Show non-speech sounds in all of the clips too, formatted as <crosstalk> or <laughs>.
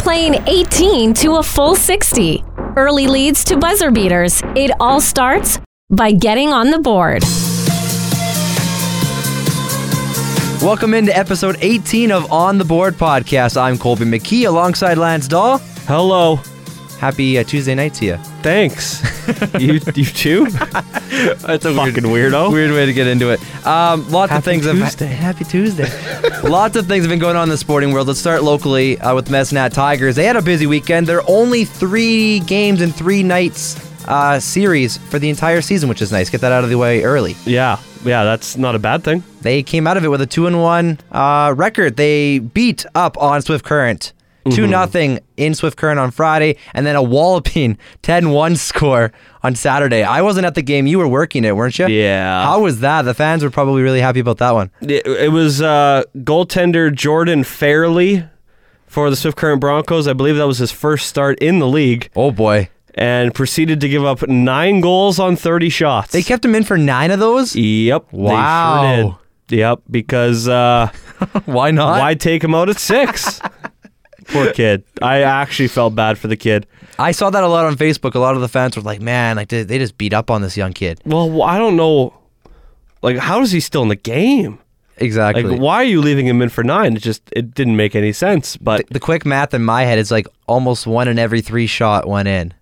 playing 18 to a full 60. Early leads to buzzer beaters. It all starts by getting on the board. Welcome into episode 18 of On the Board podcast. I'm Colby McKee alongside Lance Dahl. Hello. Happy uh, Tuesday night to you. Thanks. <laughs> you you too? That's a Fucking weirdo. Weird way to get into it. Um, lots of Oh. Happy things. Tuesday. Have, happy <laughs> Tuesday. lots of things have been going on in the sporting world. Let's start locally uh, with Mets Nat Tigers. They had a busy weekend. They're only three games and three nights uh, series for the entire season, which is nice. Get that out of the way early. Yeah. Yeah, that's not a bad thing. They came out of it with a two and one uh, record. They beat up on Swift Current. 2 nothing in Swift Current on Friday, and then a walloping <laughs> 10 1 score on Saturday. I wasn't at the game. You were working it, weren't you? Yeah. How was that? The fans were probably really happy about that one. It, it was uh, goaltender Jordan Fairley for the Swift Current Broncos. I believe that was his first start in the league Oh, boy. and proceeded to give up 9 goals on 30 shots. They kept him in for nine of those? Yep. they sure Wow. did. Yep, because <laughs> uh, <laughs> Why not? why take him out at <laughs> 6? Poor kid. I actually felt bad for the kid. I saw that a lot on Facebook. A lot of the fans were like, man, like they they just beat up on this young kid. Well, I don't know. Like, how is he still in the game? Exactly. Like, why are you leaving him in for nine? It just it didn't make any sense. But The quick math in my head is like almost one in every three shot went in.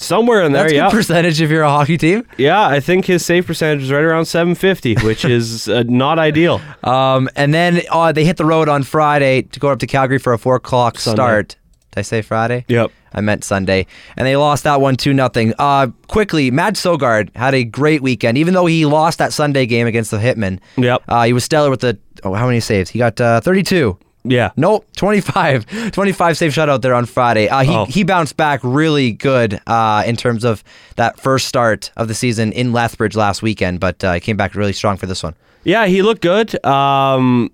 somewhere in there, That's a yeah, good percentage if you're a hockey team. yeah. I think his save percentage is right around 750, <laughs> which is uh, not ideal. Um, and then uh, they hit the road on Friday to go up to Calgary for a four o'clock start. Did I say Friday? Yep. I meant Sunday, and they lost that one two nothing. Uh, quickly, Mad Sogard had a great weekend, even though he lost that Sunday game against the Hitmen. Yep. Uh, he was stellar with the oh, how many saves? He got uh, thirty two. Yeah, Nope, <laughs> 25. 25 save shutout there on Friday. Uh, he, Oh. he bounced back really good uh, in terms of that first start of the season in Lethbridge last weekend, but uh, he came back really strong for this one. yeah. He looked good. Um,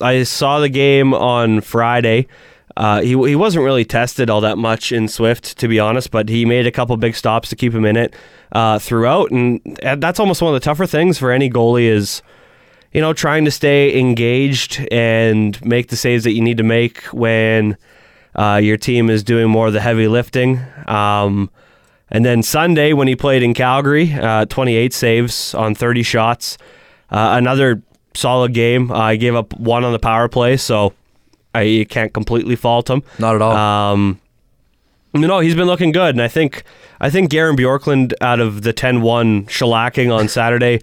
I saw the game on Friday. Uh, he he wasn't really tested all that much in Swift, to be honest, but he made a couple big stops to keep him in it uh, throughout, and and that's almost one of the tougher things for any goalie is. you know, trying to stay engaged and make the saves that you need to make when uh, your team is doing more of the heavy lifting. Um, and then Sunday, when he played in Calgary, uh, 28 saves on 30 shots. Uh, another solid game. I gave up one on the power play, so I you can't completely fault him. Not at all. Um, no, he's been looking good, and I think I think Garen Bjorklund out of the 10-1 shellacking on Saturday,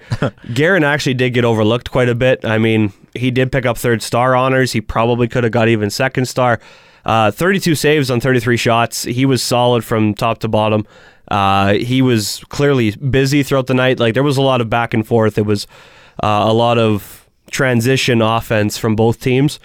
Garen actually did get overlooked quite a bit. I mean, he did pick up third star honors. He probably could have got even second star. Uh, 32 saves on 33 shots. He was solid from top to bottom. Uh, he was clearly busy throughout the night. Like there was a lot of back and forth. It was uh, a lot of transition offense from both teams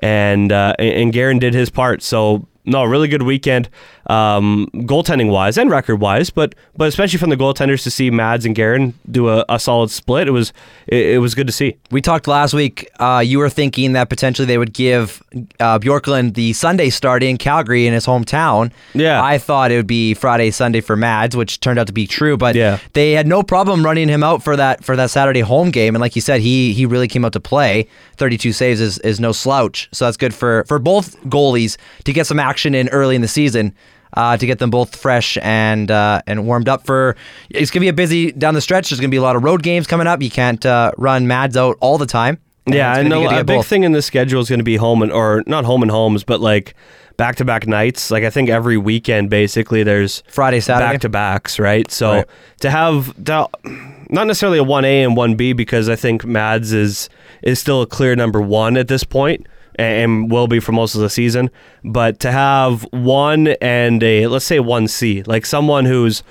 and uh, and- and Garen did his part. So no, really good weekend, um, goaltending wise and record wise, but but especially from the goaltenders to see Mads and Garen do a, a solid split. It was it, it was good to see. We talked last week. Uh, you were thinking that potentially they would give uh, Bjorklund the Sunday start in Calgary in his hometown. Yeah. I thought it would be Friday, Sunday for Mads, which turned out to be true. But Yeah. they had no problem running him out for that for that Saturday home game. And like you said, he he really came out to play. Thirty-two saves is, is no slouch, so that's good for for both goalies to get some action in early in the season. Uh, to get them both fresh and uh, and warmed up for it's gonna be a busy down the stretch. There's gonna be a lot of road games coming up. You can't uh, run Mads out all the time. Yeah, it's and gonna be good to a, a get big both. thing in the schedule is going to be home and or not home and homes, but like back to back nights. Like I think every weekend basically there's Friday, Saturday. back to backs, right? So Right. to have to, not necessarily a one A and one B because I think Mads is is still a clear number one at this point and, and will be for most of the season. But to have one and a let's say one C, like someone who's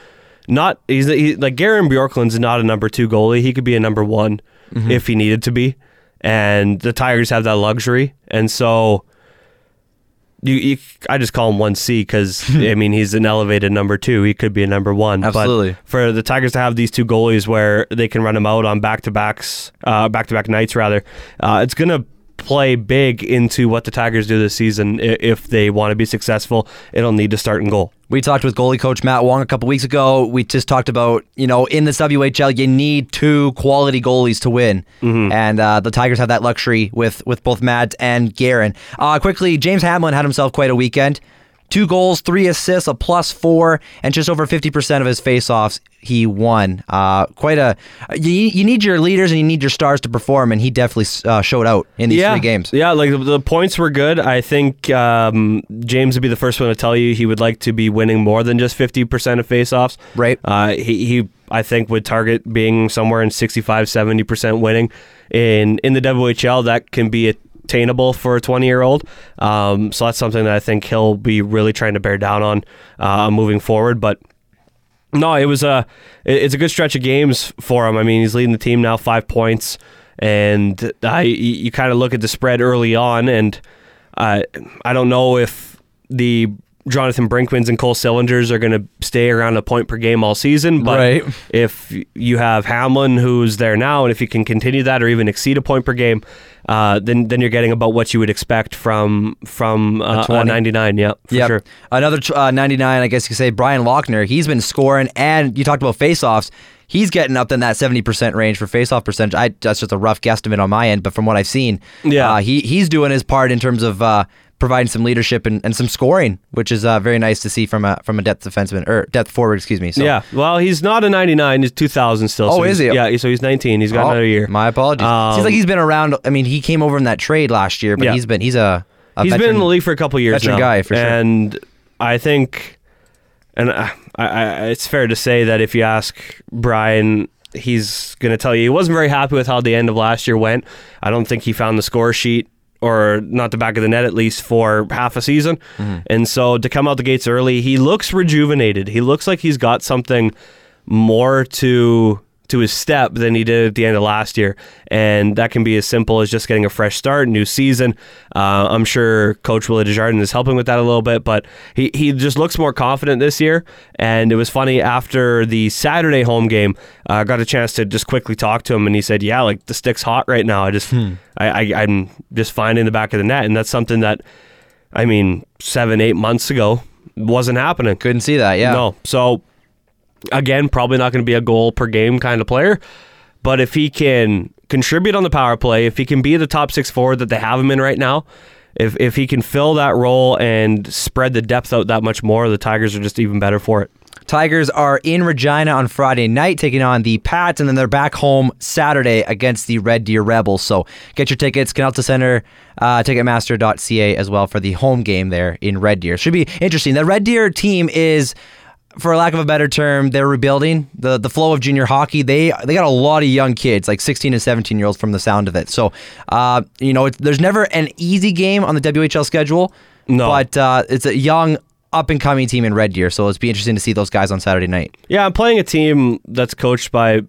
not he's he, like Garen Bjorklund's not a number two goalie. He could be a number one if he needed to be, and the Tigers have that luxury, and so. You, you, I just call him one C because I mean he's an elevated number two. He could be a number one. Absolutely. But for the Tigers to have these two goalies where they can run them out on back to backs, uh, back to back nights rather, uh, it's gonna play big into what the Tigers do this season. I- If they want to be successful, it'll need to start in goal. We talked with goalie coach Matt Wong a couple weeks ago. We just talked about, you know, in this WHL, you need two quality goalies to win. And uh, the Tigers have that luxury with, with both Matt and Garin. Uh, quickly, James Hamlin had himself quite a weekend. Two goals, three assists, a plus four, and just over 50% of his faceoffs he won. Uh, quite a. You, you need your leaders and you need your stars to perform, and he definitely uh, showed out in these yeah. three games. Yeah, like the, the points were good. I think um, James would be the first one to tell you he would like to be winning more than just 50% of faceoffs. Right. Uh, he, he, I think, would target being somewhere in 65, 70% winning. In, in the WHL, that can be attainable for a 20 year old. Um, so that's something that I think he'll be really trying to bear down on uh, moving forward. But no, it was a it- it's a good stretch of games for him. I mean, he's leading the team now five points, and I you kind of look at the spread early on, and I I don't know if the Jonathan Brinkmans and Cole Cylinders are going to stay around a point per game all season, but Right. if you have Hamlin who's there now, and if you can continue that or even exceed a point per game, uh, then then you're getting about what you would expect from from uh, a 20. 99. Yeah, for Yep. sure. Another tr- uh, 99, I guess you could say, Brian Lochner. He's been scoring, and you talked about faceoffs. He's getting up in that 70% range for faceoff percentage. I, that's just a rough guesstimate on my end, but from what I've seen, Yeah. uh, he, he's doing his part in terms of uh, providing some leadership and, and some scoring, which is uh, very nice to see from a from a depth defenseman, or depth forward, excuse me. So, Yeah. Well, he's not a 99. He's 2000 still. Oh, so is he's- he? Yeah. So he's 19. He's got Oh, another year. My apologies. Seems Um, like he's been around. I mean, he came over in that trade last year, but Yeah. he's been he's a, a He's been in veteran. the league for a couple years veteran now, guy, for sure. And I think, and I, I, I, it's fair to say that if you ask Brian, he's going to tell you he wasn't very happy with how the end of last year went. I don't think he found the score sheet. Or not the back of the net, at least for half a season. Mm-hmm. And so to come out the gates early, he looks rejuvenated. He looks like he's got something more to to his step than he did at the end of last year. And that can be as simple as just getting a fresh start, new season. Uh, I'm sure Coach Willie Desjardins is helping with that a little bit, but he, he just looks more confident this year. And it was funny after the Saturday home game, uh, I got a chance to just quickly talk to him, and he said, "Yeah, like the stick's hot right now. I just I, I I'm just finding the back of the net, and that's something that." I mean, seven, eight months ago, wasn't happening. Couldn't see that. Yeah. No. So again, probably not going to be a goal per game kind of player, but if he can contribute on the power play, if he can be the top six forward that they have him in right now, if if he can fill that role and spread the depth out that much more, the Tigers are just even better for it. Tigers are in Regina on Friday night, taking on the Pats, and then they're back home Saturday against the Red Deer Rebels. So get your tickets, Canalta Center, uh, Ticketmaster.ca as well for the home game there in Red Deer. Should be interesting. The Red Deer team is. For lack of a better term, they're rebuilding the the flow of junior hockey. They they got a lot of young kids, like 16 and 17 year olds, from the sound of it. So, uh, you know, it's, there's never an easy game on the WHL schedule. No. but uh, it's a young up and coming team in Red Deer, so it's be interesting to see those guys on Saturday night. Yeah, I'm playing a team that's coached by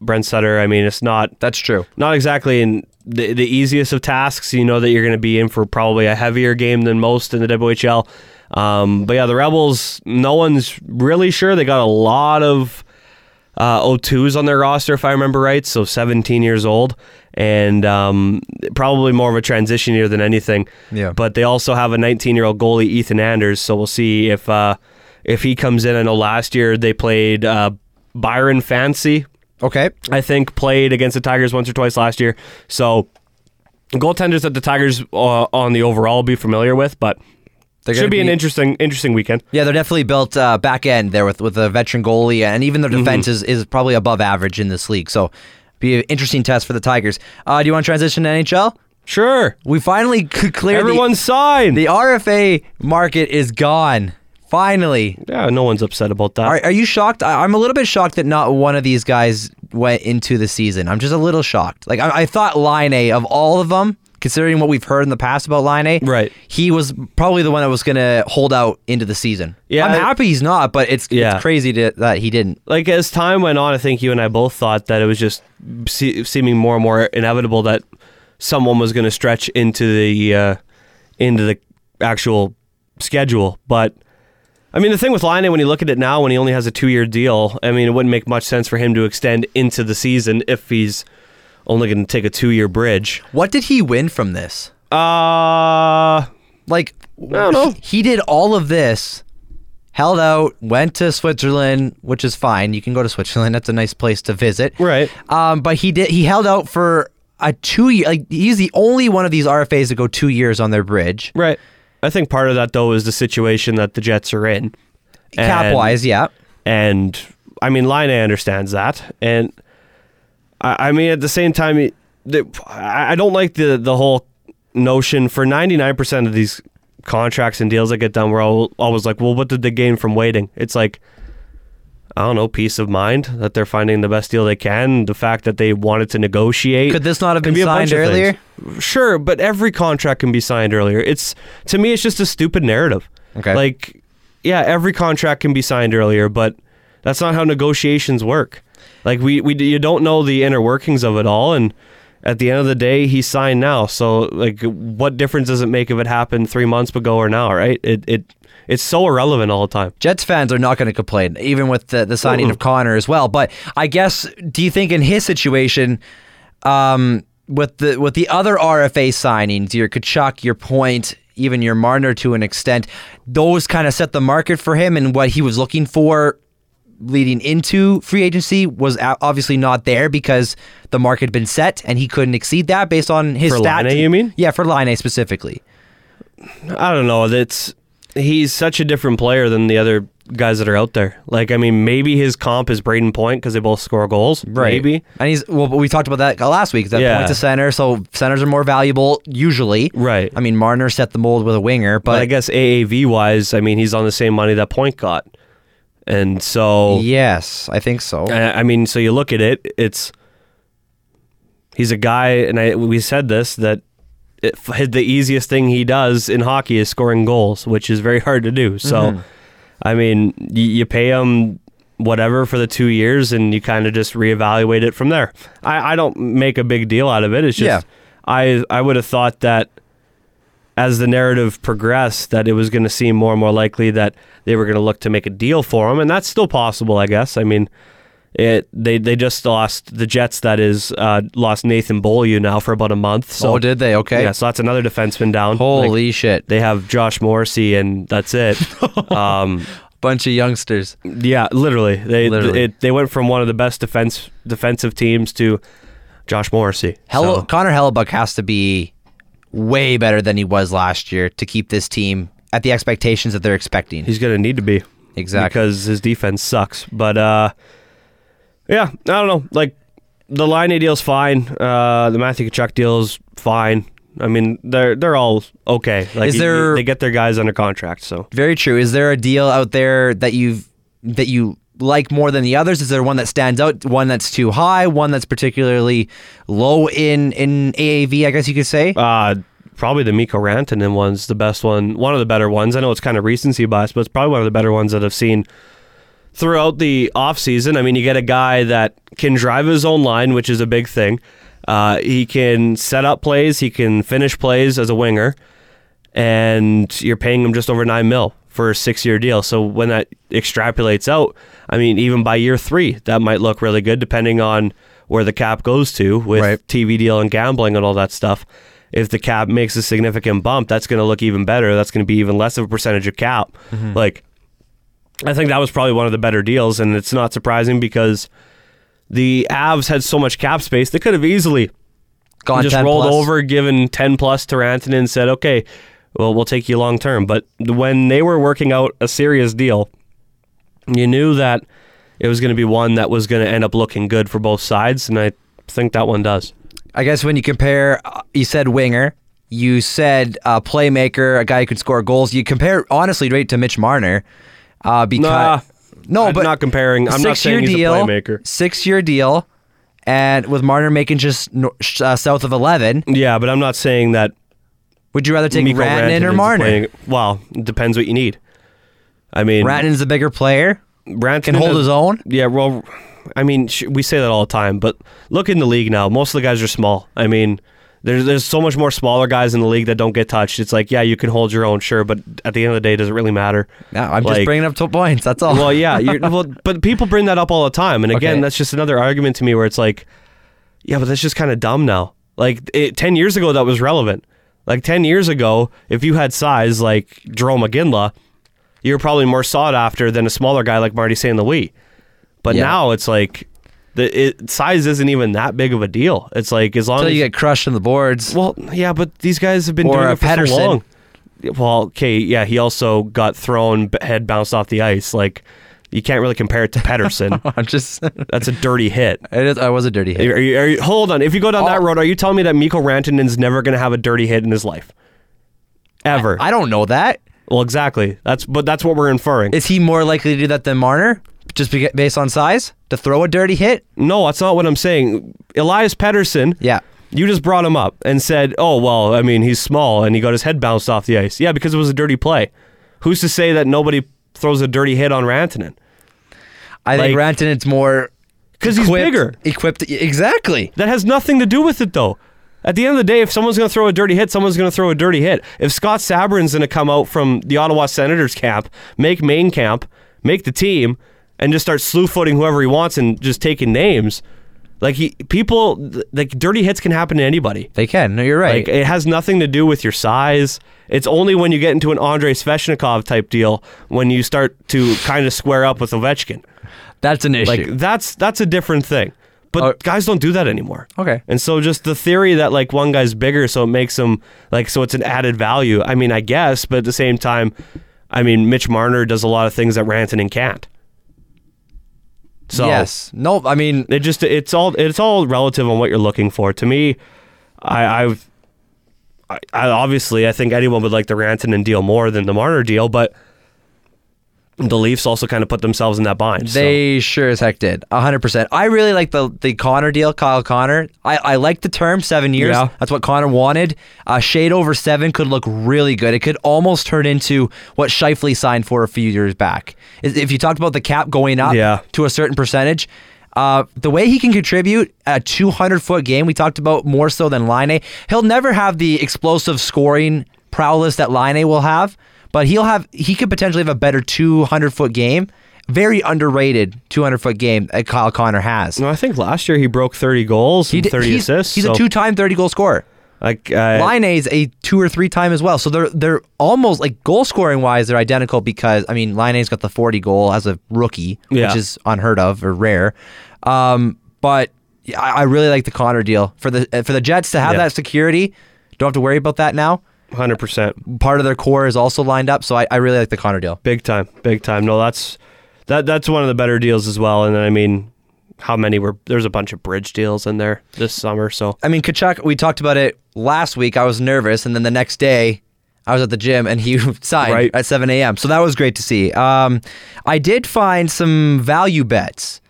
Brent Sutter. I mean, it's not That's true. not exactly in the, the easiest of tasks. You know that you're going to be in for probably a heavier game than most in the WHL. Um, but yeah, the Rebels, no one's really sure. They got a lot of uh, O2s on their roster, if I remember right. So 17 years old, and um, probably more of a transition year than anything. Yeah. But they also have a 19 year old goalie, Ethan Anders. So we'll see if uh, if he comes in. I know last year they played uh, Byron Fancy, Okay. I think, played against the Tigers once or twice last year. So, goaltenders that the Tigers uh, on the overall be familiar with, but They're should gonna be, an interesting, interesting weekend. Yeah, they're definitely built uh, back end there with with a veteran goalie, and even Mm-hmm. their defense is, is probably above average in this league. So, be an interesting test for the Tigers. Uh, do you want to transition to NHL? Sure, We finally could clear everyone sign. The, the RFA market is gone. Finally. yeah, no one's upset about that. Are, are you shocked? I, I'm a little bit shocked that not one of these guys went into the season. I'm just a little shocked. Like I, I thought, Line A of all of them, considering what we've heard in the past about Line A, Right. He was probably the one that was going to hold out into the season. Yeah, I'm I- happy he's not, but it's Yeah. it's crazy to, that he didn't. Like as time went on, I think you and I both thought that it was just se- seeming more and more inevitable that someone was going to stretch into the uh, into the actual schedule. But I mean, the thing with Line when you look at it now, when he only has a two year deal, I mean, it wouldn't make much sense for him to extend into the season if he's only going to take a two year bridge. What did he win from this? Uh Like, don't know. he did all of this. Held out, went to Switzerland, which is fine. You can go to Switzerland; that's a nice place to visit. Right. Um, but he did. He held out for a two year. Like he's the only one of these RFAs to go two years on their bridge. right. I think part of that though is the situation that the Jets are in. Cap wise, yeah. and I mean, Line understands that, and I, I mean, at the same time, it- the- I I don't like the the whole notion for ninety nine percent of these contracts and deals that get done. We're all always like, well, what did they gain from waiting? It's like. I don't know, peace of mind that they're finding the best deal they can. The fact that they wanted to negotiate. Could this not have Can been a bunch signed of earlier? things. Sure, but every contract can be signed earlier. It's to me, it's just a stupid narrative. Okay. Like, yeah, every contract can be signed earlier, but that's not how negotiations work. Like we, we you don't know the inner workings of it all, and at the end of the day, he signed now. So like, what difference does it make if it happened three months ago or now? Right? It it it's so irrelevant all the time. Jets fans are not going to complain, even with the, the signing of Connor as well. But I guess, do you think in his situation, um, with the with the other RFA signings, your Kachuk, your Point, even your Marner to an extent, those kind of set the market for him and what he was looking for leading into free agency was o- obviously not there because the market had been set and he couldn't exceed that based on his For stats. Laine, you mean? Yeah, for Line specifically. I don't know. That's he's such a different player than the other guys that are out there. Like, I mean, maybe his comp is Braden Point because they both score goals. Maybe. And he's well. We talked about that last week. That Yeah. point to center, so centers are more valuable usually. Right. I mean, Marner set the mold with a winger, But I but guess AAV wise, I mean, he's on the same money that Point got, and so yes, I think so. I I mean, so you look at it, it's he's a guy, and I we said this that it, the easiest thing he does in hockey is scoring goals, which is very hard to do. So, I mean, you, you pay him whatever for the two years, and you kind of just reevaluate it from there. I, I don't make a big deal out of it. It's just Yeah. I I would have thought that as the narrative progressed that it was going to seem more and more likely that they were going to look to make a deal for him and that's still possible i guess i mean it they they just lost the jets that is uh, lost nathan beaulieu now for about a month so oh, did they? Okay. yeah so that's another defenseman down Like, Holy shit! they have josh morrissey and <laughs> that's it um, Bunch of youngsters. yeah literally they Literally. It, they went from one of the best defense defensive teams to josh morrissey Hello, So- Connor Hellebuck has to be way better than he was last year to keep this team at the expectations that they're expecting. He's going to need to be. Exactly. Because his defense sucks. But uh, yeah, I don't know. Like the Line deal's fine. Uh, the Matthew Kachuk deal's fine. I mean, they're they're all okay. Like Is you- there- they get their guys under contract, so Very true. Is there a deal out there that you've that you like more than the others? Is there one that stands out? One that's too high? One that's particularly low in in AAV? I guess you could say. uh, probably the Miko Rantanen one's the best one, one of the better ones. I know it's kind of recency bias, but it's probably one of the better ones that I've seen throughout the offseason. I mean, you get a guy that can drive his own line, which is a big thing. Uh, he can set up plays, he can finish plays as a winger, and you're paying him just over nine mil for a six year deal. So when that extrapolates out, I mean, even by year three, that might look really good depending on where the cap goes to with Right. TV deal and gambling and all that stuff. If the cap makes a significant bump, that's going to look even better. That's going to be even less of a percentage of cap. Like, I think that was probably one of the better deals, and it's not surprising because the Avs had so much cap space they could have easily Gone just 10 rolled plus. over, given ten plus to Rantanen, and said, "Okay, well, we'll take you long term." But when they were working out a serious deal, you knew that it was going to be one that was going to end up looking good for both sides, and I think that one does. I guess when you compare, uh, you said winger, you said uh, playmaker, a guy who could score goals. You compare honestly right to Mitch Marner, uh, Nah, because no, I'm Oh, but not comparing. I'm not six-year saying he's deal, a playmaker. Six year deal, and with Marner making just nor- sh- uh, south of eleven, Yeah, but I'm not saying that would you rather take Mikko Rantanen or Rantanen's Marner? playing- Well, it depends what you need. I mean, Ratton's a bigger player. Branton Can hold is- his own? Yeah, well, I mean, sh- we say that all the time, but look in the league now. Most of the guys are small. I mean, there's there's so much more smaller guys in the league that don't get touched. It's like, yeah, you can hold your own, sure, but at the end of the day, it doesn't really matter. No, I'm just Like- bringing up two points. That's all. Well, yeah, you're, well, but people bring that up all the time, and again, Okay. that's just another argument to me where it's like, yeah, but that's just kind of dumb now. Like it, ten years ago, that was relevant. Like ten years ago, if you had size like Jerome McGinley, you were probably more sought after than a smaller guy like Marty St. Louis. But Yeah. now it's like the it, size isn't even that big of a deal. It's like as <laughs> long Until as you get crushed on the boards. well, yeah, but these guys have been Or doing a it for Pettersson. so long. well, okay, yeah, he also got thrown, b- head bounced off the ice. Like, you can't really compare it to <laughs> Pedersen. I'm just. it That's a dirty hit. is, I was a dirty hit. Are you, are you, hold on. If you go down that Oh. road, are you telling me that Miko Rantanen's never going to have a dirty hit in his life? Ever. I don't know that. well, exactly. That's But that's what we're inferring. Is he more likely to do that than Marner, just beca- based on size, to throw a dirty hit? no, that's not what I'm saying. Elias Pedersen. Yeah. You just brought him up and said, oh, well, I mean, he's small and he got his head bounced off the ice. Yeah, because it was a dirty play. Who's to say that nobody throws a dirty hit on Rantanen? I think Like- Rantanen's more Because he's equipped- bigger. Equipped, exactly. That has nothing to do with it, though. At the end of the day, if someone's going to throw a dirty hit, someone's going to throw a dirty hit. If Scott Sabrin's going to come out from the Ottawa Senators camp, make main camp, make the team, and just start slew footing whoever he wants and just taking names, like he people th- like dirty hits can happen to anybody. They can. No, you're right. Like it has nothing to do with your size. It's only when you get into an Andrei Sveshnikov type deal when you start to kind of square up with Ovechkin. That's an issue. Like that's that's a different thing. But Oh. guys don't do that anymore. Okay. And so just the theory that like one guy's bigger so it makes him like so it's an added value. I mean, I guess, but at the same time, I mean, Mitch Marner does a lot of things that Rantanen can't. So yes. No, I mean, it just it's all it's all relative on what you're looking for. To me, I I've I, I obviously I think anyone would like the Rantanen deal more than the Marner deal, but the Leafs also kind of put themselves in that bind. so. They sure as heck did. 100%. I really like the the Connor deal, Kyle Connor. I, I like the term, seven years. Yeah. That's what Connor wanted. A shade over seven could look really good. It could almost turn into what Shifley signed for a few years back. Is- If you talked about the cap going up Yeah. to a certain percentage, uh, the way he can contribute a 200 foot game, we talked about more so than Line A. He'll never have the explosive scoring prowess that Line A will have, but he'll have he could potentially have a better 200 foot game. Very underrated 200 foot game that Kyle Connor has. No, I think last year he broke 30 goals and did- 30 he's, assists. He's so, a two time 30 goal scorer. Like, uh, Line A's a two or three time as well. So they're they're almost like goal scoring wise, they're identical because I mean Line A's got the forty goal as a rookie, Yeah. which is unheard of or rare. Um, but yeah, I, I really like the Connor deal for the uh, for the Jets to have Yeah. that security. Don't have to worry about that now. 100%. Part of their core is also lined up, so I, I really like the Connor deal. Big time. Big time. No, that's that. That's one of the better deals as well. And then, I mean, how many were there's a bunch of bridge deals in there this summer. So, I mean, Kachuk, we talked about it last week. I was nervous, and then the next day, I was at the gym, and he <laughs> signed Right. at 7 a.m. So that was great to see. Um, I did find some value bets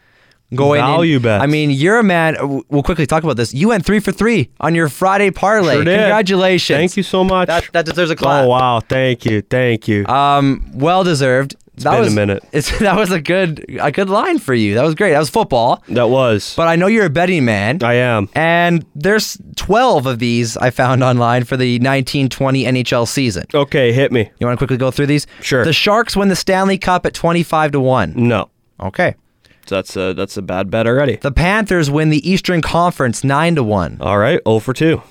going. in. Value bets. I mean, you're a man. w- We'll quickly talk about this. You went three for three on your Friday parlay. Sure did. Congratulations! thank you so much. That, that deserves a clap. oh, wow. Thank you. Thank you. Um, well deserved. It's that been a was, minute. It's, <laughs> that was a good a good line for you. That was great. That was football. that was. But I know you're a betting man. I am. And there's 12 of these I found online for the 1920 NHL season. Okay, hit me. You want to quickly go through these? Sure. The Sharks win the Stanley Cup at 25 to 1. No. Okay. That's a, that's a bad bet already. The Panthers win the Eastern Conference 9 to 1. All right, 0 for 2.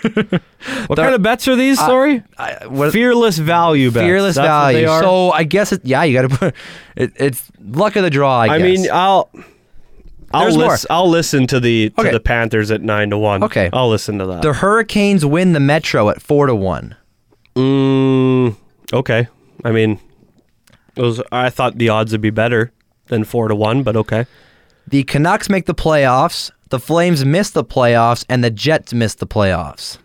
what kind of bets are these? Sorry? I- what- fearless value bets. Fearless That's what they value. are? So I guess it, yeah, you got to put it, it's luck of the draw. I, I guess. mean, uh I'll. I'll, There's more. lis- I'll listen to the to Okay. the Panthers at nine to one. Okay. I'll listen to that. the Hurricanes win the Metro at four to one. mm, okay, I mean, it was, I thought the odds would be better than four to one, but okay. The Canucks make the playoffs. The Flames miss the playoffs, and the Jets miss the playoffs.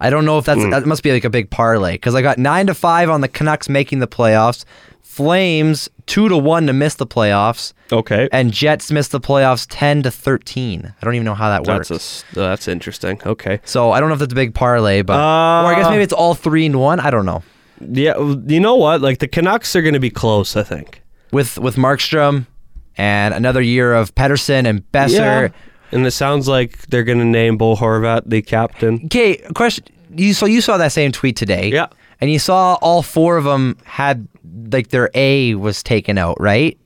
I don't know if Hmm. that's that must be like a big parlay because I got nine to five on the Canucks making the playoffs, Flames two to one to miss the playoffs, Okay, and Jets miss the playoffs ten to thirteen. I don't even know how that works. that's a s that's interesting. Okay, so I don't know if that's a big parlay, but or I guess Uh, maybe it's all three and one. I don't know. yeah, w- you know what? Like the Canucks are going to be close. I think. With with Markstrom and another year of Pedersen and Besser. and it sounds like they're going to name Bo Horvat the captain. Okay, question. You so you saw that same tweet today. Yeah. And you saw all four of them had like their A was taken out, right?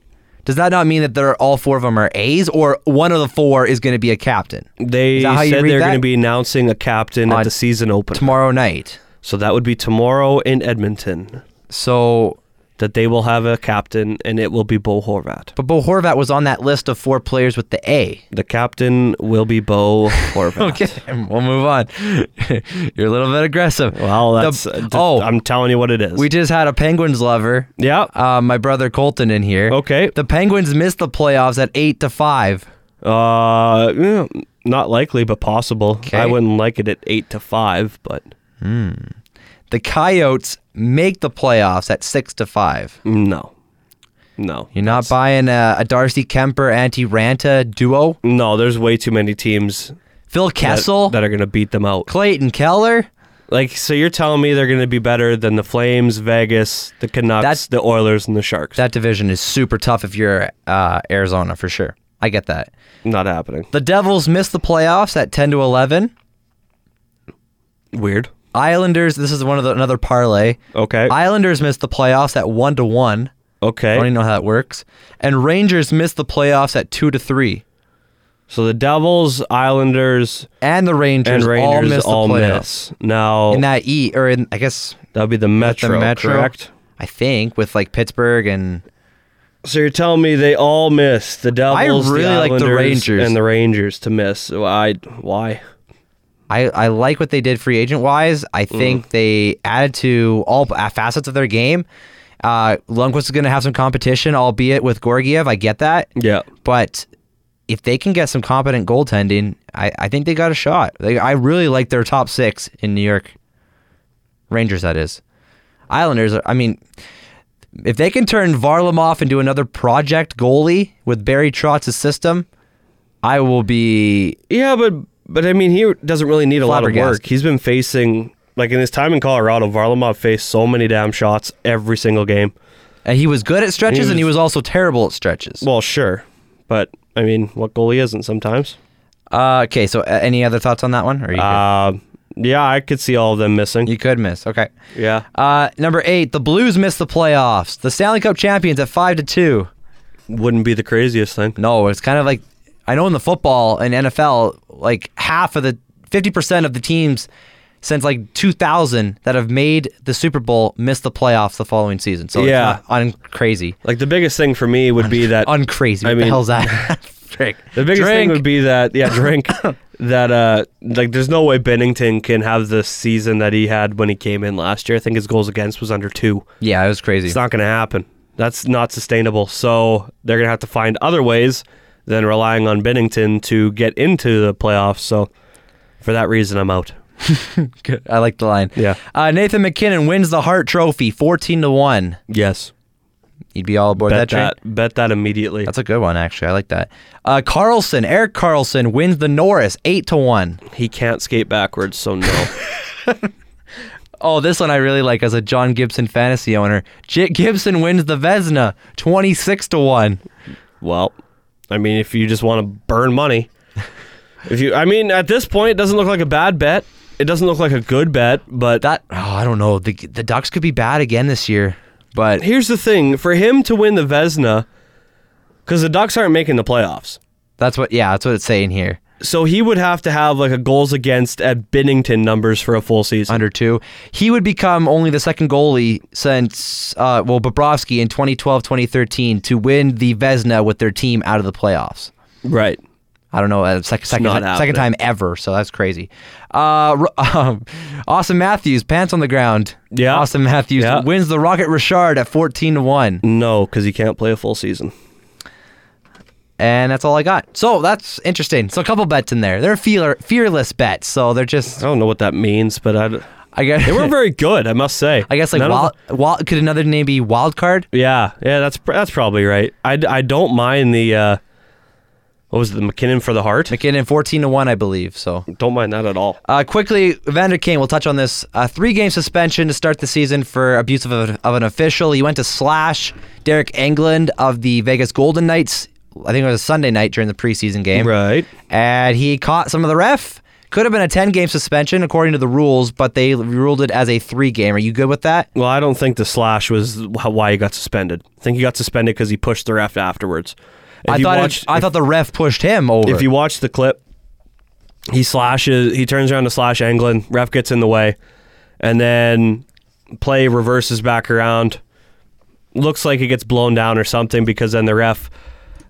Does that not mean that they're all four of them are A's, or one of the four is going to be a captain They Is that how you said read they're that? going to be announcing a captain On at the season opener. tomorrow night? So that would be tomorrow in Edmonton. So that they will have a captain, and it will be Bo Horvat. But Bo Horvat was on that list of four players with the A. <laughs> The captain will be Bo Horvat. Okay, we'll move on. <laughs> You're a little bit aggressive. Well, The- that's uh, d- oh, I'm telling you what it is. we just had a Penguins lover, yeah. uh, my brother Colton, in here. okay. The Penguins missed the playoffs at eight to five. Uh, yeah, not likely, but possible. I wouldn't like it at eight to five, but The Coyotes make the playoffs at six to five. no, no, You're not buying a, a Darcy Kemper anti Ranta duo. no. There's way too many teams Phil that, Kessel, that are going to beat them out. Clayton Keller. Like, so you're telling me they're going to be better than the Flames, Vegas, the Canucks, That's- the Oilers, and the Sharks? That division is super tough if you're uh, Arizona for sure. I get that. not happening. The Devils missed the playoffs at ten to eleven. Weird. Islanders. This is one of the, another parlay. Okay. Islanders missed the playoffs at one to one. I okay. don't even know how that works. And Rangers missed the playoffs at two to three. So the Devils, Islanders, And the Rangers, and all Rangers missed the all playoffs. miss. Now In that E, or in I guess that would be the Metro, the Metro, correct? I think with like Pittsburgh and So you're telling me they all missed the Devils, really the like the Islanders, Rangers. and the Rangers to miss. So I why? I, I like what they did free agent wise. I Mm. think they added to all uh, facets of their game. Uh, Lundqvist is going to have some competition, albeit with Gorgiev. I get that. Yeah. But if they can get some competent goaltending, I, I think they got a shot. They, I really like their top six in New York. Rangers, that is. Islanders, I mean, if they can turn Varlamov into another project goalie with Barry Trotz's system, I will be. Yeah, but but I mean he doesn't really need a lot of Flabbergasted. work. He's been facing like in his time in Colorado, Varlamov faced so many damn shots every single game. And uh, he was good at stretches, and he was was- also terrible at stretches. Well, sure, but I mean, what goalie isn't sometimes? Uh, okay, so uh, any other thoughts on that one? Or you, Uh, yeah, I could see all of them missing. could, you could miss. Okay. yeah, Uh, number eight, the Blues missed the playoffs. The Stanley Cup champions at five to two. wouldn't be the craziest thing. No, it's kind of like I know in the football and NFL, like half of the fifty percent of the teams since like two thousand that have made the Super Bowl miss the playoffs the following season. So Yeah. yeah, on crazy, Like the biggest thing for me would be that on crazy. What I the mean- hell's <laughs> that? Drink. The biggest thing Drink. would be <laughs> that yeah, drink that uh like there's no way Bennington can have the season that he had when he came in last year. I think his goals against was under 2. yeah, it was crazy. It's not going to happen. That's not sustainable. So, they're going to have to find other ways than relying on Bennington to get into the playoffs. So, for that reason I'm out. Good. I like the line. Yeah. Uh, Nathan McKinnon wins the Hart Trophy, fourteen to one. Yes. You'd be all aboard that Bet train. that, bet that immediately. That's a good one, actually. I like that. Uh, Carlson, Eric Carlson wins the Norris, eight to one. he can't skate backwards, so no. Oh, this one I really like as a John Gibson fantasy owner. J- Gibson wins the Vesna 26 to 1. <laughs> Well, I mean, if you just want to burn <laughs> money, if you, I mean, at this point, it doesn't look like a bad bet. It doesn't look like a good bet, but That oh, I don't know. The the Ducks could be bad again this year. But here's the thing: for him to win the Vesna, because the Ducks aren't making the playoffs, that's what yeah, that's what it's saying here. so he would have to have like a goals against at Binnington numbers for a full season. Under 2. He would become only the second goalie since uh, well Bobrovsky in 2012-2013 to win the Vesna with their team out of the playoffs. right. I don't know, uh, sec- second, not ti- second time happening. ever, so that's crazy. Uh, <laughs> Ro- Austin Matthews, pants on the ground. Yeah. Austin Matthews Yeah. wins the Rocket Richard at 14 to 1. No, because he can't play a full season. And that's all I got. So that's interesting. So a couple bets in there. They're feeler, fearless bets, so they're I just, don't know what that means, but I, I guess, <laughs> they were very good, I must say. <laughs> I guess like, None of wild, wild, could another name be wild card? Yeah, yeah, that's pr- that's probably right. I, d- I don't mind the uh, what was it, the McKinnon for the heart? McKinnon 14 to 1, I believe, so. don't mind that at all. Uh, quickly, Vander Kane, we'll touch on this. A three game suspension to start the season for abuse of, a, of an official. He went to slash Derek England of the Vegas Golden Knights. I think it was a Sunday night during the preseason game. Right. And he caught some of the ref. Could have been a 10 game suspension according to the rules, but they ruled it as a three game. Are you good with that? Well, I don't think the slash was wh- why he got suspended. I think he got suspended because he pushed the ref afterwards. If I you thought it- watch- I if, thought the ref pushed him over. if you watch the clip, he slashes. He turns around to slash Anglin. Ref gets in the way, and then play reverses back around. looks like it gets blown down or something because then the ref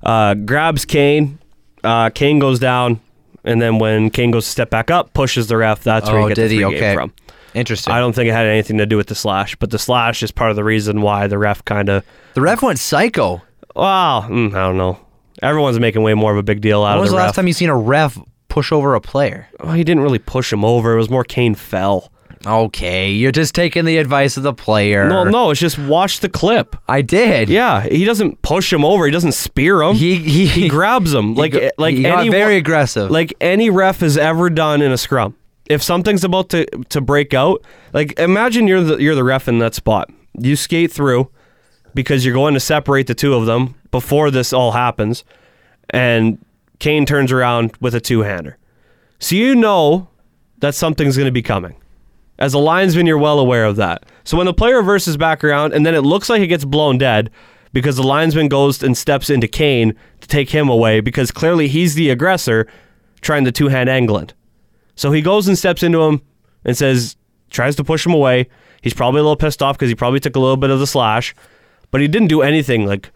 uh, grabs Kane. Uh, Kane goes down, and then when Kane goes to step back up, pushes the ref. That's where Oh, he gets did the he? free game Okay. from. Interesting. I don't think it had anything to do with the slash, but the slash is part of the reason why the ref kind of the ref went psycho. Wow, mm, I don't know. Everyone's making way more of a big deal out When of was the the ref. last time you seen a ref push over a player? Oh, he didn't really push him over. It was more Kane fell. Okay, you're just taking the advice of the player. No, no, it's just watch the clip. I did. Yeah, he doesn't push him over. He doesn't spear him. He- he- grabs him like eh, go- like he got any very aggressive. Like any ref has ever done in a scrum. If something's about to to break out, like imagine you're the you're the ref in that spot. You skate through because you're going to separate the two of them before this all happens, and Kane turns around with a two hander. So you know that something's going to be coming. As a linesman, you're well aware of that. So when the player reverses back around and then it looks like it gets blown dead because the linesman goes and steps into Kane to take him away because clearly he's the aggressor trying to two hand England. So he goes and steps into him and says, tries to push him away. He's probably a little pissed off because he probably took a little bit of the slash, but he didn't do anything like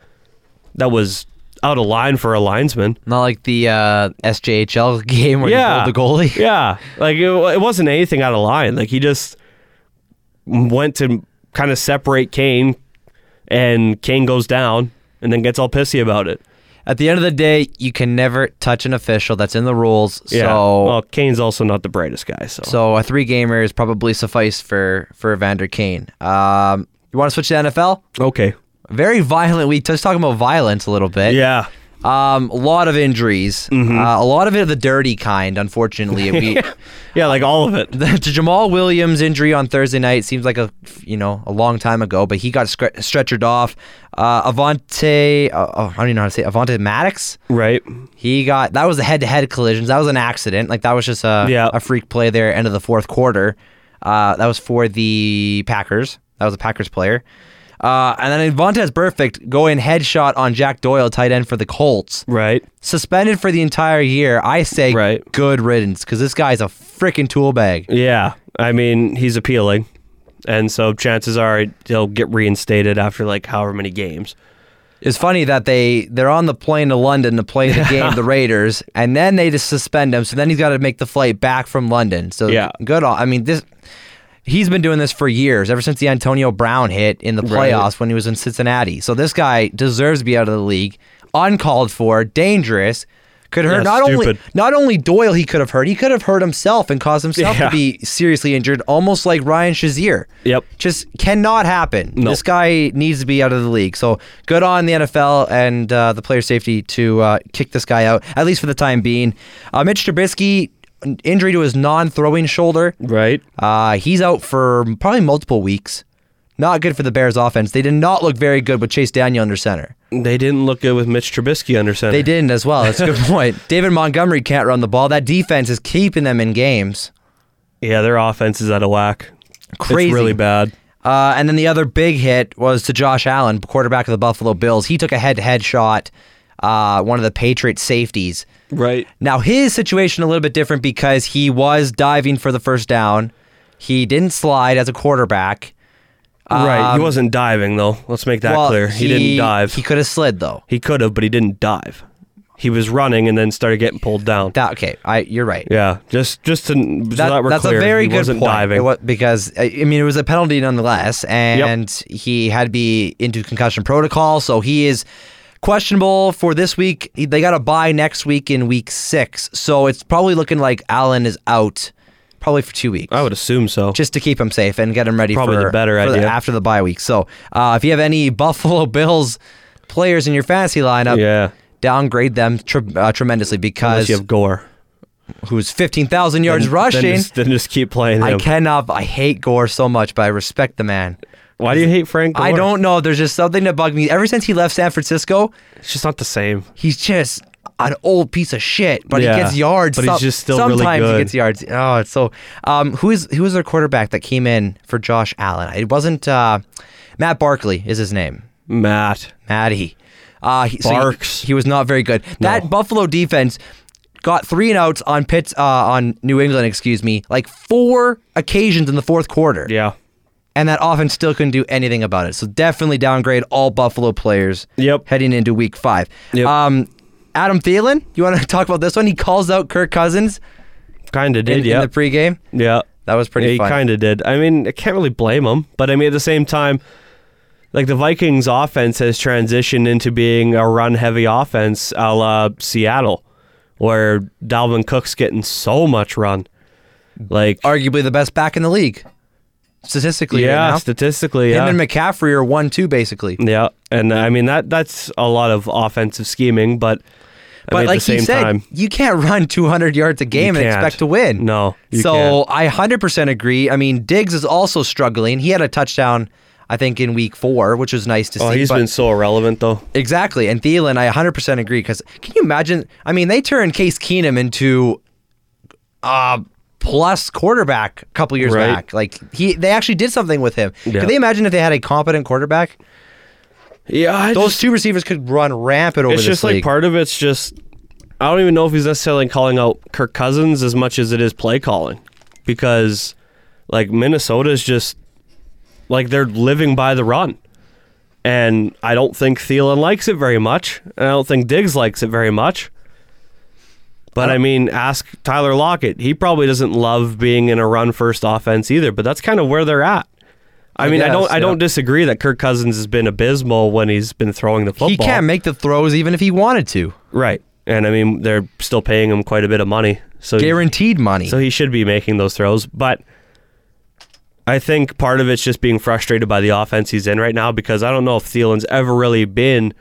that was out of line for a linesman. Not like the uh, SJHL <laughs> game where Yeah, you pulled the goalie. <laughs> Yeah, like it, wa- it wasn't anything out of line. Like he just went to kind of separate Kane, and Kane goes down, and then gets all pissy about it. At the end of the day, you can never touch an official. That's in the rules. Yeah. So, well, Kane's also not the brightest guy. So, so a three gamer is probably suffice for for Evander Kane. Um, you want to switch to NFL? okay. Very violent. We just talking about violence a little bit. Yeah. Mm-hmm. Um, a lot of injuries. Uh, a lot of it of the dirty kind. Unfortunately, we, <laughs> Yeah, like all of it. <laughs> the Jamal Williams injury on Thursday night seems like a you know a long time ago, but he got scre- stretchered off. Uh, Avante, uh, oh, I don't even know how to say it. Avante Maddox. Right. He got that was a head-to-head collisions. That was an accident. Like that was just a Yeah. a freak play there. End of the fourth quarter. Uh, that was for the Packers. That was a Packers player. Uh, and then Vontez Perfect going headshot on Jack Doyle, tight end for the Colts. Right. Suspended for the entire year. I say Right. good riddance because this guy's a freaking tool bag. Yeah. I mean, he's appealing, and so chances are he'll get reinstated after like however many games. It's funny that they they're on the plane to London to play the game, the Raiders, and then they just suspend him. So then he's got to make the flight back from London. So Yeah. good. on- I mean this. He's been doing this for years, ever since the Antonio Brown hit in the Right. playoffs when he was in Cincinnati. So this guy deserves to be out of the league. Uncalled for, dangerous. Could hurt Yeah, not only stupid. not only Doyle. He could have hurt. He could have hurt himself and caused himself Yeah. to be seriously injured, almost like Ryan Shazier Yep. just cannot happen. This guy needs to be out of the league. So good on the NFL and uh, the player safety to uh, kick this guy out, at least for the time being. Uh, Mitch Trubisky, n- injury to his non throwing shoulder. Right. Uh, he's out for probably multiple weeks. Not good for the Bears offense. They did not look very good with Chase Daniel under center. They didn't look good with Mitch Trubisky under center. They didn't as well. That's <laughs> a good point. David Montgomery can't run the ball. That defense is keeping them in games. Yeah, their offense is out of whack. Crazy. It's really bad. Uh, and then the other big hit was to Josh Allen, quarterback of the Buffalo Bills. He took a head-to-head shot, uh, one of the Patriots safeties. Right. Now his situation a little bit different because he was diving for the first down. He didn't slide as a quarterback. right. Um, He wasn't diving though. Let's make that well, clear. He, didn't dive. He He, could have slid though. could have, but he didn't dive. He was running and then started getting pulled down. That okay? I you're right. yeah. Just just to so that, we're that's clear. a very he good wasn't point. diving. It wa- because uh, I I mean it was a penalty nonetheless, and he had to be into concussion protocol, so he is questionable for this week. He- They got a bye next week in week six, so it's probably looking like Allen is out, probably for two weeks. I would assume so. Just to keep him safe and get him ready Probably for the better for idea. after the bye week. So uh, if you have any <laughs> Buffalo Bills players in your fantasy lineup, yeah. downgrade them tre- uh, tremendously because Unless you have Gore. who's fifteen thousand yards Then- rushing. Then just, then just keep playing I him. cannot. I hate Gore so much, but I respect the man. Why do you hate Frank? Gore? I don't know. There's just something that bugged me. Ever since he left San Francisco, It's just not the same. he's just an old piece of shit. But Yeah, he gets yards. but he's Some- just still really sometimes good. he gets yards. Oh, it's so. Um, who is who is their quarterback that came in for Josh Allen? It wasn't uh, Matt Barkley. Is his name Matt. Matty? Uh, he, so he- Barks. he, was not very good. That Buffalo defense got three and outs on Pitts uh, on New England. Excuse me, like four occasions in the fourth quarter. Yeah. and that offense still couldn't do anything about it. So definitely downgrade all Buffalo players. Yep. Heading into Week Five. Yep. Um, Adam Thielen, you want to <laughs> talk about this one? He calls out Kirk Cousins Kind of in, did, in yeah. the pregame. yeah. That was pretty. he fun. kind of did. I mean, I can't really blame him, but I mean, at the same time, like the Vikings' offense has transitioned into being a run-heavy offense, a la Seattle, where Dalvin Cook's getting so much run. Like, arguably the best back in the league statistically. right yeah, now. statistically, yeah. Him and McCaffrey are one two basically. Yeah, and I mean that that's a lot of offensive scheming, but I But mean, at like the same he said, time, you can't run <laughs> 200 yards a game and can't. expect to win. No, you so can't. I 100% agree. I mean, Diggs is also struggling. He had a touchdown, I think, in week four, which was nice to oh, see. he's but- been so irrelevant though. exactly. And Thielen, I 100% agree. Because can you imagine? I mean, they turned Case Keenum into a plus quarterback a couple years Right. back. Like he, they actually did something with him. Yeah. Could they imagine if they had a competent quarterback? Yeah, I Those just- two receivers could run rampant over it's this just league. like part of it's just I don't even know if he's necessarily calling out Kirk Cousins as much as it is play calling because like Minnesota's just like they're living by the run. And I don't think Thielen likes it very much. And I don't think Diggs likes it very much. But I mean, ask Tyler Lockett. He probably doesn't love being in a run first offense either, but that's kind of where they're at. I, mean, I guess, don't I yeah. don't disagree that Kirk Cousins has been abysmal when he's been throwing the football. he can't make the throws even if he wanted to. Right. And I mean, they're still paying him quite a bit of money. So Guaranteed money. so he should be making those throws, but I think part of it's just being frustrated by the offense he's in right now because I don't know if Thielen's ever really been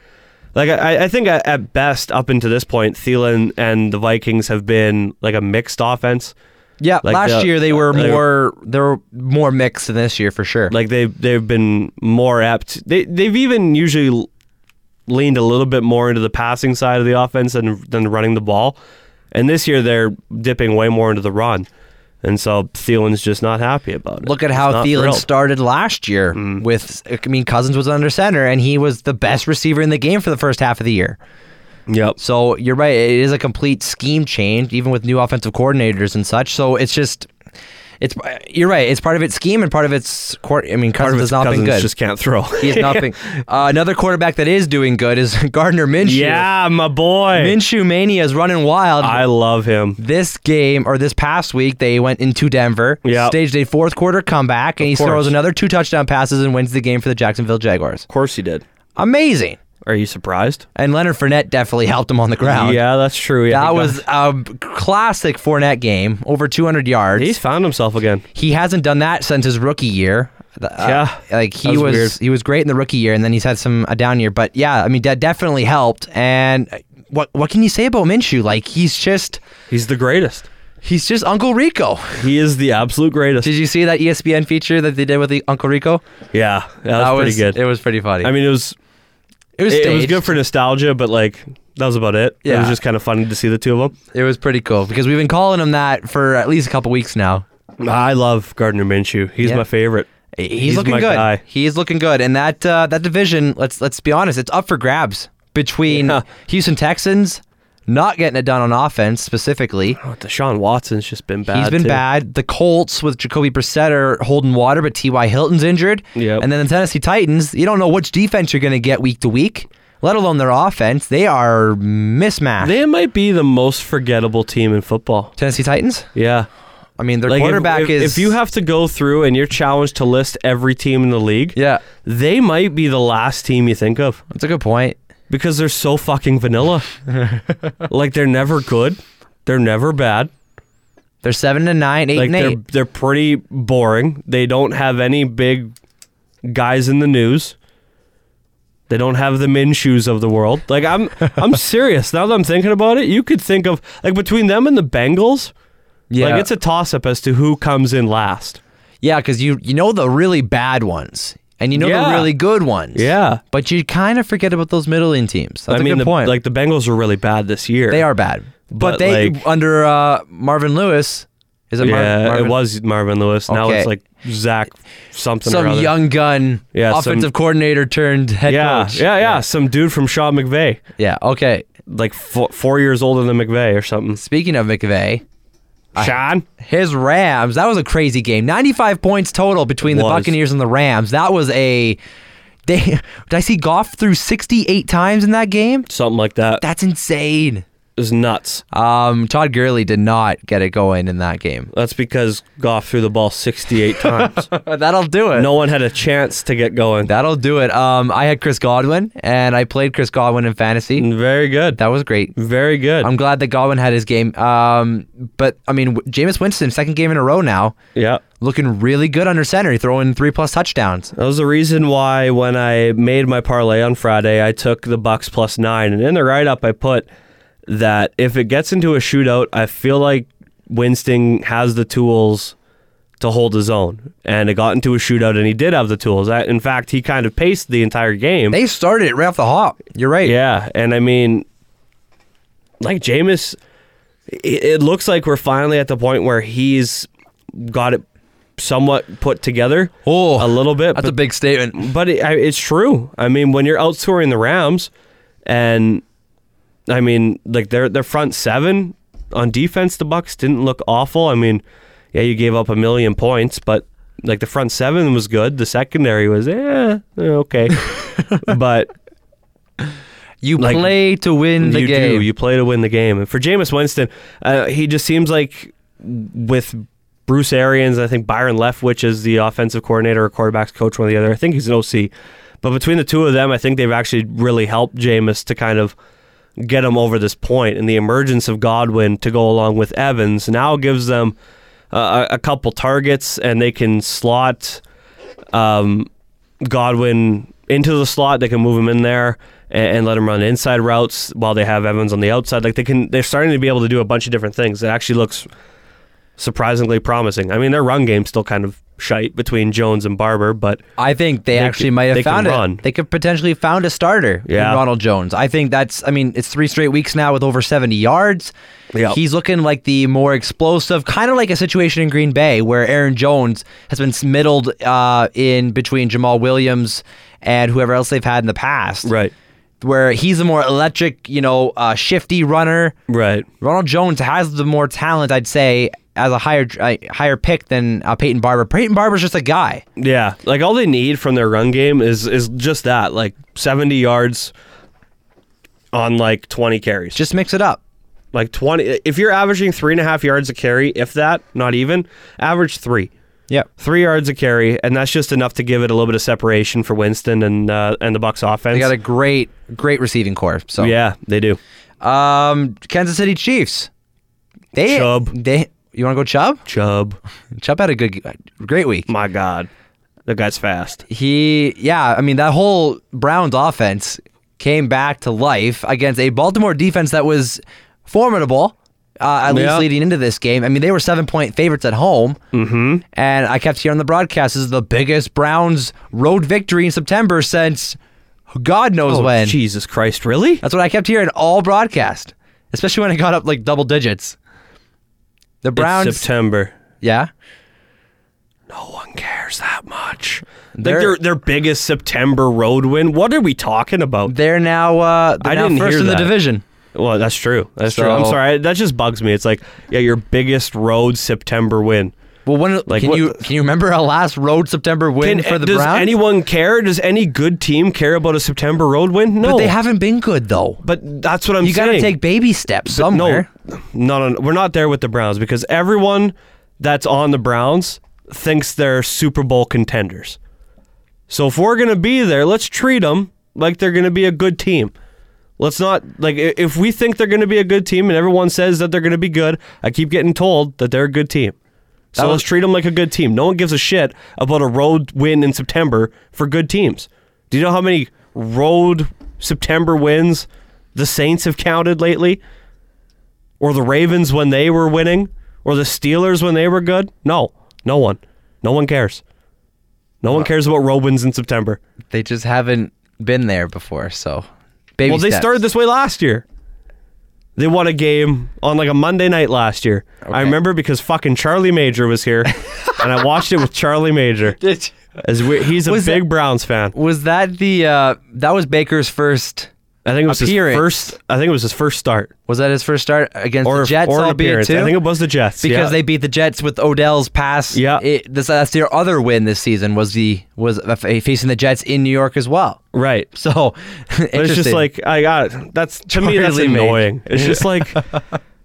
like I, I think at- at best up until this point, Thielen and the Vikings have been like a mixed offense. yeah, like last the- year they were they- more they were more mixed than this year for sure. Like they they've been more apt. They they've even usually l- leaned a little bit more into the passing side of the offense than than running the ball. And this year they're dipping way more into the run. And so Thielen's just not happy about it. Look at He's how not Thielen thrilled. Mm. started last year with I mean Cousins was under center and he was the best receiver in the game for the first half of the year. Yep. So you're right, it is a complete scheme change even with new offensive coordinators and such. So it's just it's you're right, it's part of its scheme and part of its court I mean Cousins has not Cousins been good. just can't throw. <laughs> he has not been uh, another quarterback that is doing good is <laughs> Gardner Minshew. <laughs> yeah, my boy. Minshew mania is running wild. I love him. this game or this past week, they went into Denver, Yeah. staged a fourth quarter comeback, and he course. throws another two touchdown passes and wins the game for the Jacksonville Jaguars. Of course he did. Amazing. Are you surprised? And Leonard Fournette definitely helped him on the ground. Yeah, that's true. Yeah, That he was got- a classic Fournette game, over 200 yards. He's found himself again. he hasn't done that since his rookie year. Th- uh, Yeah, like he that was, was weird. he was great in the rookie year, and then he's had some a down year. But yeah, I mean that definitely helped. And uh, what what can you say about Minshew? Like he's just He's the greatest. he's just Uncle Rico. He is the absolute greatest. Did you see that E ESPN feature that they did with the Uncle Rico? yeah, yeah, that, was pretty good. It was pretty funny. I mean, it was it was it, it was staged. good for nostalgia, but like that was about it. It Yeah. was just kind of funny to see the two of It was pretty cool because we've been calling him that for at least a couple weeks now. them. I love Gardner Minshew. He's Yeah. my favorite. He's, looking my good. guy. He's looking good, and that uh, that division. Let's let's be honest. It's up for grabs between Yeah. Houston Texans not getting it done on offense specifically. Oh, Deshaun Watson's just been bad. He's been too. bad. The Colts with Jacoby Brissett are holding water, but T.Y. Hilton's injured. Yep. And then the Tennessee Titans, you don't know which defense you're going to get week to week, let alone their offense. They are mismatched. They might be the most forgettable team in football. Tennessee Titans? Yeah. I mean, their Like, if- quarterback if, is. If you have to go through and you're challenged to list every team in the league, Yeah, they might be the last team you think of that's a good point. because they're so <laughs> fucking vanilla. like they're never good, they're never bad. They're seven and nine, eight Like and they're eight. they're pretty boring. They don't have any big guys in the news. They don't have the min shoes of the world. Like I'm <laughs> I'm serious. Now that I'm thinking about it, you could think of like between them and the Bengals, Yeah, like it's a toss up as to who comes in last. yeah, because you you know the really bad ones, and you know the Yeah. really good ones. Yeah. but you kind of forget about those middling teams. That's I a mean, good the, point. like the Bengals are really bad this year. they are bad, but, But, they like- under uh, Marvin Lewis is it? Mar- yeah, Marvin? it was Marvin Lewis. Now Okay. it's like Zach something or some other. young gun Yeah, some- offensive coordinator turned head yeah, coach. yeah, yeah, Some dude from Shaw McVay, yeah. Okay. like four, four years older than McVay or something. Speaking of McVay, Sean. His Rams, that was a crazy game. 95 points total between the Was. Buccaneers and the Rams. That was a they <laughs> did I see Goff through 68 times in that game? Something like that. That That's insane. is nuts. Um, Todd Gurley did not get it going in that game. That's because Goff threw the ball 68 <laughs> times. <laughs> That'll do it. no one had a chance to get going. That'll do it. Um, I had Chris Godwin and I played Chris Godwin in fantasy. Mm, Very good. That was great. Very good. I'm glad that Godwin had his game. Um, but I mean, w- Jameis Winston, second game in a row now, yeah. looking really good under center, throwing three plus touchdowns. That was the reason why when I made my parlay on Friday, I took the Bucks plus nine, and in the write up I put that if it gets into a shootout, I feel like Winston has the tools to hold his own, and it got into a shootout, and he did have the tools. I, in fact, he kind of paced the entire game. They started it right off the hop. You're right. Yeah, and I mean, like Jameis, it, it looks like we're finally at the point where he's got it somewhat put together. Oh, a little bit. That's but a big statement. but it, I- it's true. I mean, when you're outscoring the Rams, and I mean, like their their front seven on defense, the Bucks didn't look awful. I mean, yeah, you gave up a million points, but like the front seven was good. The secondary was eh, eh, <laughs> okay, but You Like, play to win the you game. do you play to win the game. And for Jameis Winston, uh, he just seems like with. Bruce Arians, I think Byron Leftwich is the offensive coordinator or quarterbacks coach, one or the other. I think he's an OC. But between the two of them, I think they've actually really helped Jameis to kind of get him over this point. And the emergence of Godwin to go along with Evans now gives them uh, a a couple targets, and they can slot um, Godwin into the slot. They can move him in there and, and let him run inside routes while they have Evans on the outside. Like they can, they're starting to be able to do a bunch of different things. It actually looks surprisingly promising. I mean, their run game's still kind of shite between Jones and Barber, but I think they, They actually could- might have they can found it. run. They could potentially found a starter Yeah. in Ronald Jones. I think that's. I mean, it's three straight weeks now with over seventy yards. Yep. He's looking like the more explosive, kind of like a situation in Green Bay where Aaron Jones has been middled uh, in between Jamal Williams and whoever else they've had in the past. Right. Where he's a more electric, you know, uh, shifty runner. right. Ronald Jones has the more talent, I'd say, as a higher uh, higher pick than uh, Peyton Barber. Peyton Barber's just a guy. Yeah, like all they need from their run game is is just that, like seventy yards on like twenty carries. Just mix it up. like twenty. If you're averaging three and a half yards a carry, if that, not even, average three, Yep. three yards a carry, and that's just enough to give it a little bit of separation for Winston and uh, and the Bucks offense. They got a great, great receiving core. So yeah, they do. um, Kansas City Chiefs. They Chubb. They you want to go Chubb? Chubb, Chubb had a good, great week. my God, that guy's fast. He yeah, I mean that whole Browns offense came back to life against a Baltimore defense that was formidable. Uh, at Yeah. least leading into this game, I mean they were seven point favorites at home, mm-hmm. and I kept hearing on the broadcast this is the biggest Browns road victory in September since God knows Oh, when. Jesus Christ, really? That's what I kept hearing all broadcast, especially when it got up like double digits. The Browns, It's September. yeah, No one cares that much. Like They're- their their biggest September road win. What are we talking about? they're now uh, they're I now didn't first hear in the that. division. Well, that's true. That's true. I'm So- sorry. That just bugs me. It's like, yeah, your biggest road September win. Well, when Like, can what- you can you remember our last road September win Can- for the does Browns? anyone care? Does any good team care about a September road win? No. But they haven't been good though. But that's what I'm You got to saying. take baby steps no, somewhere. no, no, we're not there with the Browns because everyone that's on the Browns thinks they're Super Bowl contenders. So if we're gonna be there, let's treat them like they're gonna be a good team. Let's not like i- if we think they're gonna be a good team and everyone says that they're gonna be good. I keep getting told that they're a good team. So That was- let's treat them like a good team. No one gives a shit about a road win in September for good teams. Do you know how many road September wins the Saints have counted lately? or the Ravens when they were winning, or the Steelers when they were good. No, no one, no one cares. No one cares about road wins in September. They just haven't been there before. So, baby Well, they steps. <laughs> started this way last year. They won a game on like a Monday night last year. I Okay. remember because fucking Charlie Major was <laughs> here, and I watched it with Charlie Major. Did you- As we, he's a Was big that- Browns fan. Was that the uh, that was Baker's first I think it was Appearance. his first. I think it was his first start Was that his first start against or the Jets? or an albeit appearance. too? I think it was the Jets because yeah. they beat the Jets with Odell's pass. Yeah. It- this, that's their other win this season. Was the was uh, f- facing the Jets in New York as well. right. So <laughs> But it's just like I got that's to me that's Charlie made. annoying. It's <laughs> just like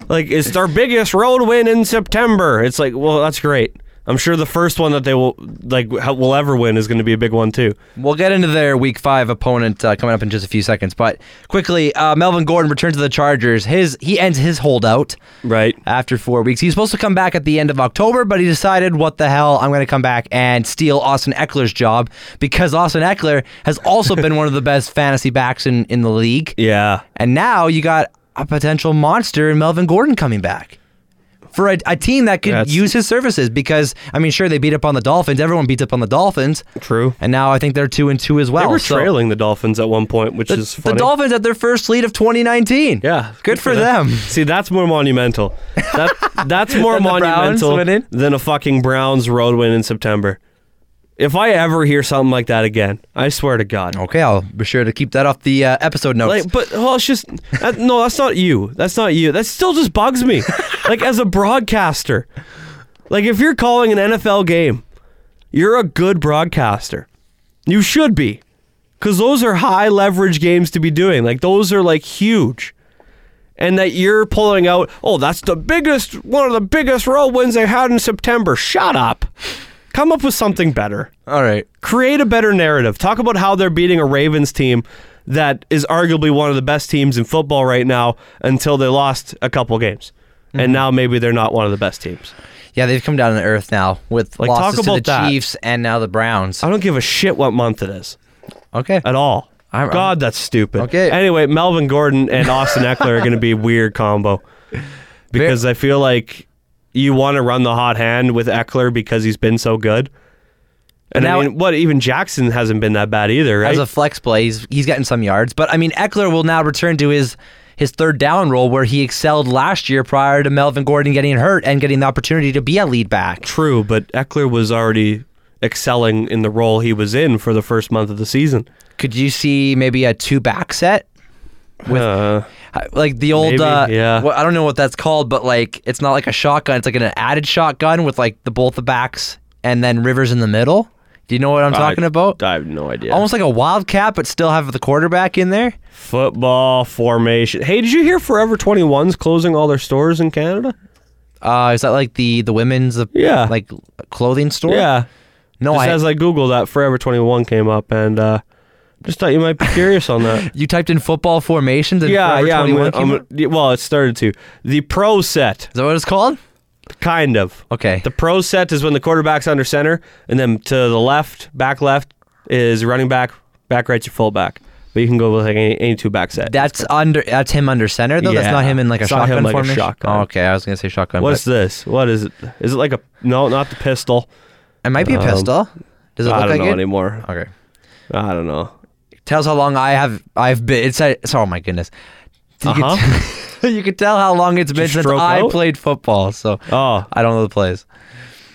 like it's our biggest road win in September. It's like well that's great. I'm sure the first one that they will like ha- will ever win is going to be a big one too. We'll get into their week five opponent uh, coming up in just a few seconds, but quickly, uh, Melvin Gordon returns to the Chargers. His he ends his holdout Right. after four weeks. He's supposed to come back at the end of October, but he decided, what the hell, I'm going to come back and steal Austin Eckler's job because Austin Eckler has also been one of the best fantasy backs in in the league. Yeah. And now you got a potential monster in Melvin Gordon coming back for a, a team that could That's- use his services because I mean, sure they beat up on the Dolphins. Everyone beats up on the Dolphins. True. And now I think they're two and two as well. They were Oh, so- trailing the Dolphins at one point, which The, is the funny. Dolphins at their first lead of 2019. Yeah, good, for them. See, that's more monumental. <laughs> That that's more Than the Browns monumental winning? than a fucking Browns road win in September. If I ever hear something like that again, I swear to God. Okay, I'll be sure to keep that off the uh, episode notes. Like, but well, it's just that, no. That's not you. That's not you. That still just bugs me. like as a broadcaster, like if you're calling an NFL game, you're a good broadcaster. You should be, because those are high leverage games to be doing. Like those are like huge. And that you're pulling out, oh, that's the biggest, one of the biggest road wins they had in September. Shut up. Come up with something better All right. create a better narrative. Talk about how they're beating a Ravens team that is arguably one of the best teams in football right now until they lost a couple games. Mm-hmm. And now maybe they're not one of the best teams. Yeah, they've come down to earth now with Like, losses talk to the about that. Chiefs and now the Browns. I don't give a shit what month it is Okay. at all. I'm- God, that's stupid. Okay. Anyway, Melvin Gordon <laughs> and Austin Eckler are going to be a weird combo because I feel like you want to run the hot hand with Eckler because he's been so good. And Now- I mean, what even Jackson hasn't been that bad either, right? as a flex play. He's he's gotten some yards, but I mean Eckler will now return to his his third down role where he excelled last year prior to Melvin Gordon getting hurt and getting the opportunity to be a lead back. True, but Eckler was already excelling in the role he was in for the first month of the season. Could you see maybe a two back set? With- Uh, Uh, Like the old, Maybe, uh, yeah. well, I don't know what that's called, but like it's not like a shotgun. It's like an added shotgun with like the both the backs and then Rivers in the middle. Do you know what I'm talking I- about? I have no idea. Almost like a wildcat, but still have the quarterback in there. football formation. Hey, did you hear Forever 21's closing all their stores in Canada? Uh, is that like the the women's uh, Yeah. like clothing store? Yeah. no, Just Oh, I as I Googled that, Forever 21 came up, and uh, just thought you might be curious on <laughs> that. You typed in football formations and yeah, Forever yeah. I'm 21 gonna- I'm came up? gonna- yeah, well, it started to. The pro Is set, that what it's called? kind of. Okay. The pro set is when the quarterback's under center, and then to the left, back left is running back, back right's your fullback. But you can go with like any, any two back set. that's under. That's him under center though. That's Yeah. not him in like a It's not shotgun him like a formation. shotgun. Oh, okay, I was gonna say shotgun. What's but this? What is it? Is it like a no? Not the pistol. it might be a um, pistol. Does it I look don't like know it? anymore. Okay. I don't know. Tells how long I have. I've been. It's. it's oh my goodness. You could- Uh-huh. you can tell <laughs> how long it's been you since stroke I out? played football. So Oh, I don't know the plays.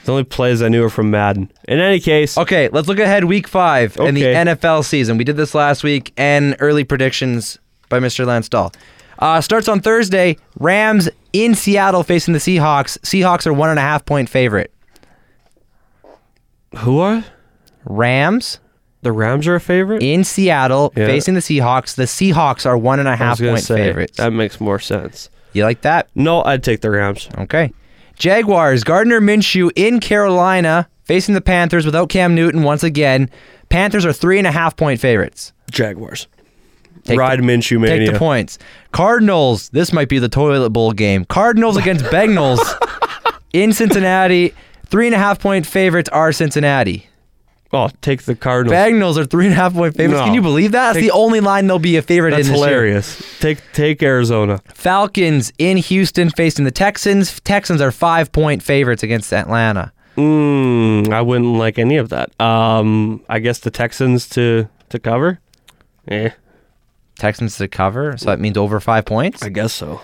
the only plays I knew were from Madden. In any case, Okay, let's look ahead week five in the Okay. NFL season. We did this last week and early predictions by Mr. Lance Dahl. Uh, starts on Thursday. Rams in Seattle facing the Seahawks. Seahawks are one and a half point favorite. who are Rams the Rams are a favorite? in Seattle Yeah. facing the Seahawks. The Seahawks are one and a I half was gonna point say, um, favorites. That makes more sense. you like that? No, I'd take the Rams. Okay. Jaguars, Gardner Minshew in Carolina facing the Panthers without Cam Newton once again. Panthers are three and a half point favorites. Jaguars. Take Ride the- Minshew mania. Take the points. Cardinals. This might be the toilet bowl game. Cardinals against <laughs> Bengals in Cincinnati. Three and a half point favorites are Cincinnati. Oh, take the Cardinals. Bengals are three and a half point favorites. No. Can you believe that? That's Take- the only line they'll be a favorite That's in this year. hilarious. Take take Arizona. Falcons in Houston facing the Texans. Texans are five point favorites against Atlanta. Mm, I wouldn't like any of that. Um, I guess the Texans to to cover. Eh, Texans to cover, so that means over five points. guess so.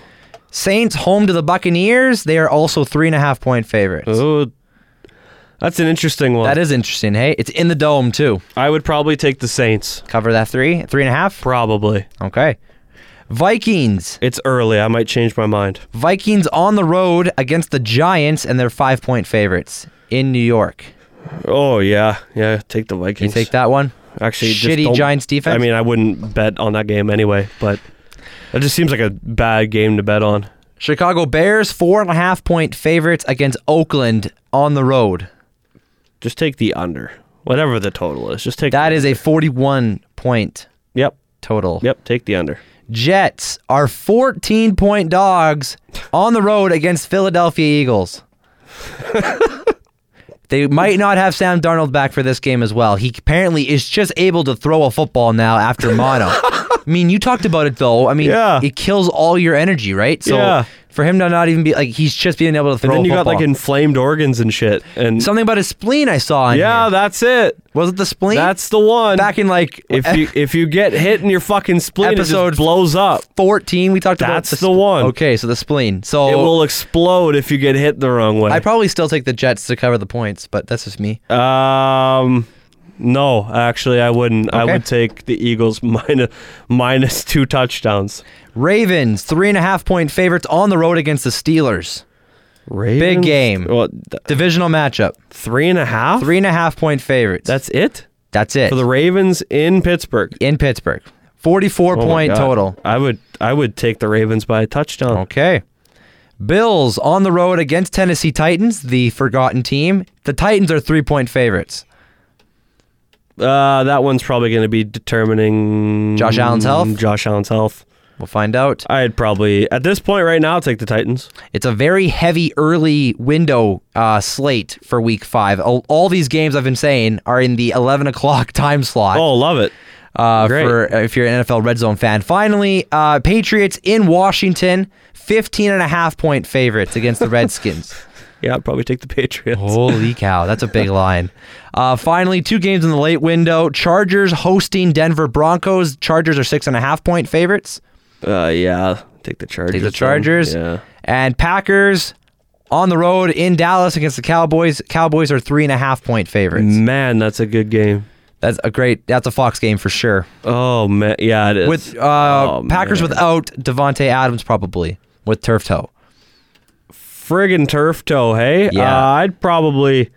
Saints home to the Buccaneers. They are also three and a half point favorites. Oh, that's an interesting one. That is interesting. Hey, it's in the dome too. I would probably take the Saints. Cover that three, three and a half. Probably. Okay. Vikings. It's early. I might change my mind. Vikings on the road against the Giants, and they're five point favorites in New York. Oh yeah, yeah. Take the You Vikings. take that one? Actually, just Shitty don't- Giants defense? I mean, I wouldn't bet on that game anyway, but it just seems like a bad game to bet on. Chicago Bears, four and a half point favorites against Oakland on the road. Just take the under, whatever the total is. Just take That is a 41 point Yep, total. yep. Take the under. Jets are 14 point dogs on the road against Philadelphia Eagles. <laughs> they might not have Sam Darnold back for this game as well. He apparently is just able to throw a football now after mono. I mean, you talked about it though. I mean, Yeah. it kills all your energy, right? So Yeah. for him to not even be like, he's just being able to throw And then a you got football. like inflamed organs and shit. And Something about his spleen I saw. In yeah, here. that's it. was it the spleen? That's the one. back in like <laughs> if you if you get hit in your fucking spleen, it Episode just blows up. 14 we talked about. That's the one. Okay, so the spleen. So It will explode if you get hit the wrong way. I probably still take the Jets to cover the points, but that's just me. Um, no, actually, I wouldn't. I Okay. would take the Eagles <laughs> minus minus two touchdowns. Ravens, three and a half point favorites on the road against the Steelers. Ravens? game. Well, th- Divisional matchup. three and a half. Three and a half point favorites. That's it that's it. for the Ravens in Pittsburgh. in Pittsburgh. 44 Oh my point God. total. I would I would take the Ravens by a touchdown. Okay. Bills on the road against Tennessee Titans, the forgotten team. The Titans are three point favorites. Uh, that one's probably going to be determining Josh Allen's health? Josh Allen's health. We'll find out. I'd probably at this point right now take the Titans. It's a very heavy early window uh, slate for week five. All, all these games I've been saying are in the 11 o'clock <laughs> time slot. Oh, love it. uh, Great. for if you're an NFL Red Zone fan. Finally, uh, Patriots in Washington, 15 and a half point favorites against the Redskins. Yeah, I'd probably take the <laughs> Patriots. Holy cow, that's a big line. Uh, finally, two games in the late window. Chargers hosting Denver Broncos. Chargers are six and a half point favorites. Uh, yeah, take the Chargers. Take the then. Chargers. Yeah. And Packers on the road in Dallas against the Cowboys. Cowboys are three and a half point favorites. Man, that's a good game. That's a great, that's a Fox game for sure. Oh man, yeah, it is. With uh, Oh, Packers man. without Devontae Adams, probably with turf toe. friggin' turf toe, hey? Yeah. Uh, I'd probably.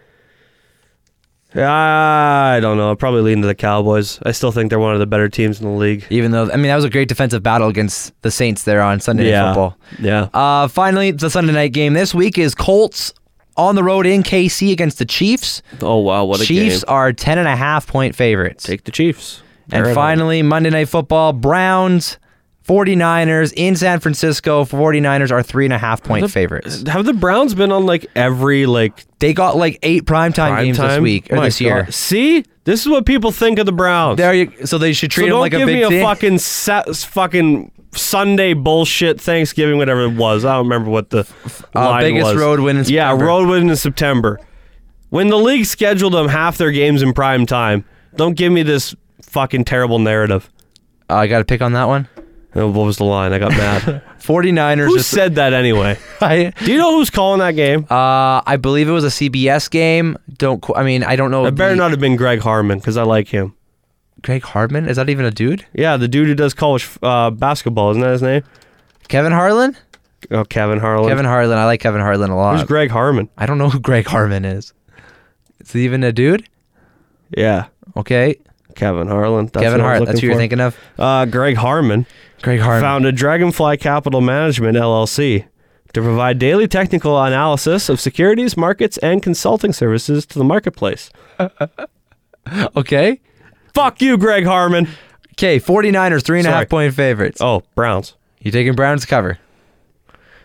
I don't know. I'd probably lean to the Cowboys. I still think they're one of the better teams in the league. even though I mean that was a great defensive battle against the Saints there on Sunday Night yeah. Football. Yeah. Uh, finally, the Sunday night game this week is Colts on the road in KC against the Chiefs. oh wow, what a Chiefs game! are ten and a half point favorites. Take the Chiefs. and They're at finally, Monday Night Football, Browns, 49ers in San Francisco. 49ers are three and a half point favorites. home. have the Browns been on like every like They got like eight primetime prime games this time? week or My this year. God. See, this is what people think of the Browns. There you, so they should treat so them don't like give a big me a thing. fucking sa- fucking Sunday bullshit Thanksgiving, whatever it was. I don't remember what the Uh, line biggest was. road win in yeah, September. road win in September. When the league scheduled them half their games in prime time, don't give me this fucking terrible narrative. Uh, I got to pick on that one. Oh, What was the line? I <laughs> got mad. 49ers. Who just, said that anyway? Do you know who's calling that game? Uh, I believe it was a CBS game. Don't qu- I mean I don't know. it better the- not have been Greg Harmon because I like him. Greg Hardman is that even a dude? Yeah, the dude who does college uh, basketball, isn't that his name? Kevin Harlan. Oh, Kevin Harlan. Kevin Harlan. I like Kevin Harlan a Who's lot. Greg Harmon? I don't know who Greg Harmon is. Is he even a dude? Yeah, Okay, Kevin Harlan. That's Kevin what Hart. I was That's looking who you're for. thinking of. Uh, Greg Harmon Greg Harmon. founded Dragonfly Capital Management LLC to provide daily technical analysis of securities, markets, and consulting services to the marketplace. okay. Fuck you, Greg Harmon. Okay. 49ers three and a half Sorry. point favorites. Oh, Browns. You taking Browns cover?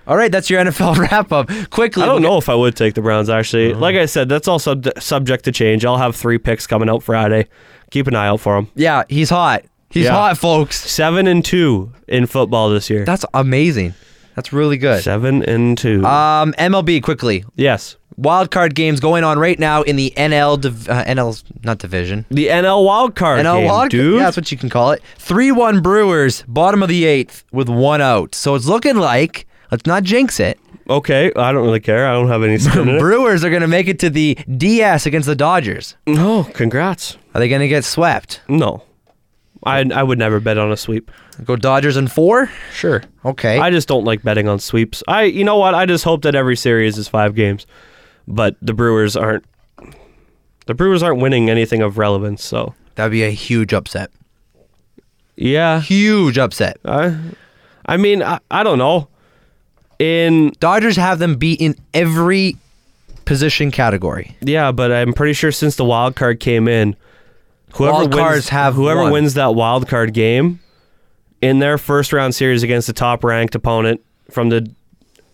All right, that's your <laughs> NFL wrap up. Quickly, I don't we'll know if I would take the Browns, actually. Uh-huh. Like I said, that's all sub- subject to change. I'll have three picks coming out Friday. Keep an eye out for them. get- yeah, he's hot. He's Yeah. hot, folks. Seven and two in football this year. That's amazing. That's really good. Seven and two. Um, MLB quickly. yes. wild card games going on right now in the NL div- uh, NL's not division. The NL wild card NL game, wild dude. Yeah, that's what you can call it. 3-1 Brewers, bottom of the 8th with one out. So it's looking like let's not jinx it. okay, I don't really care. I don't have any. <laughs> skin in it. Brewers are going to make it to the DS against the Dodgers. No, congrats. Are they going to get swept? No. I I would never bet on a sweep. Go Dodgers in four. Sure. Okay. I just don't like betting on sweeps. I you know what? I just hope that every series is five games. But the Brewers aren't the Brewers aren't winning anything of relevance, so That'd be a huge upset. yeah. Huge upset. I mean, I, I don't know. In Dodgers have them beat in every position category. yeah, but I'm pretty sure since the wild card came in, whoever Wild wins, cards have whoever won. wins that wild card game in their first round series against the top ranked opponent from the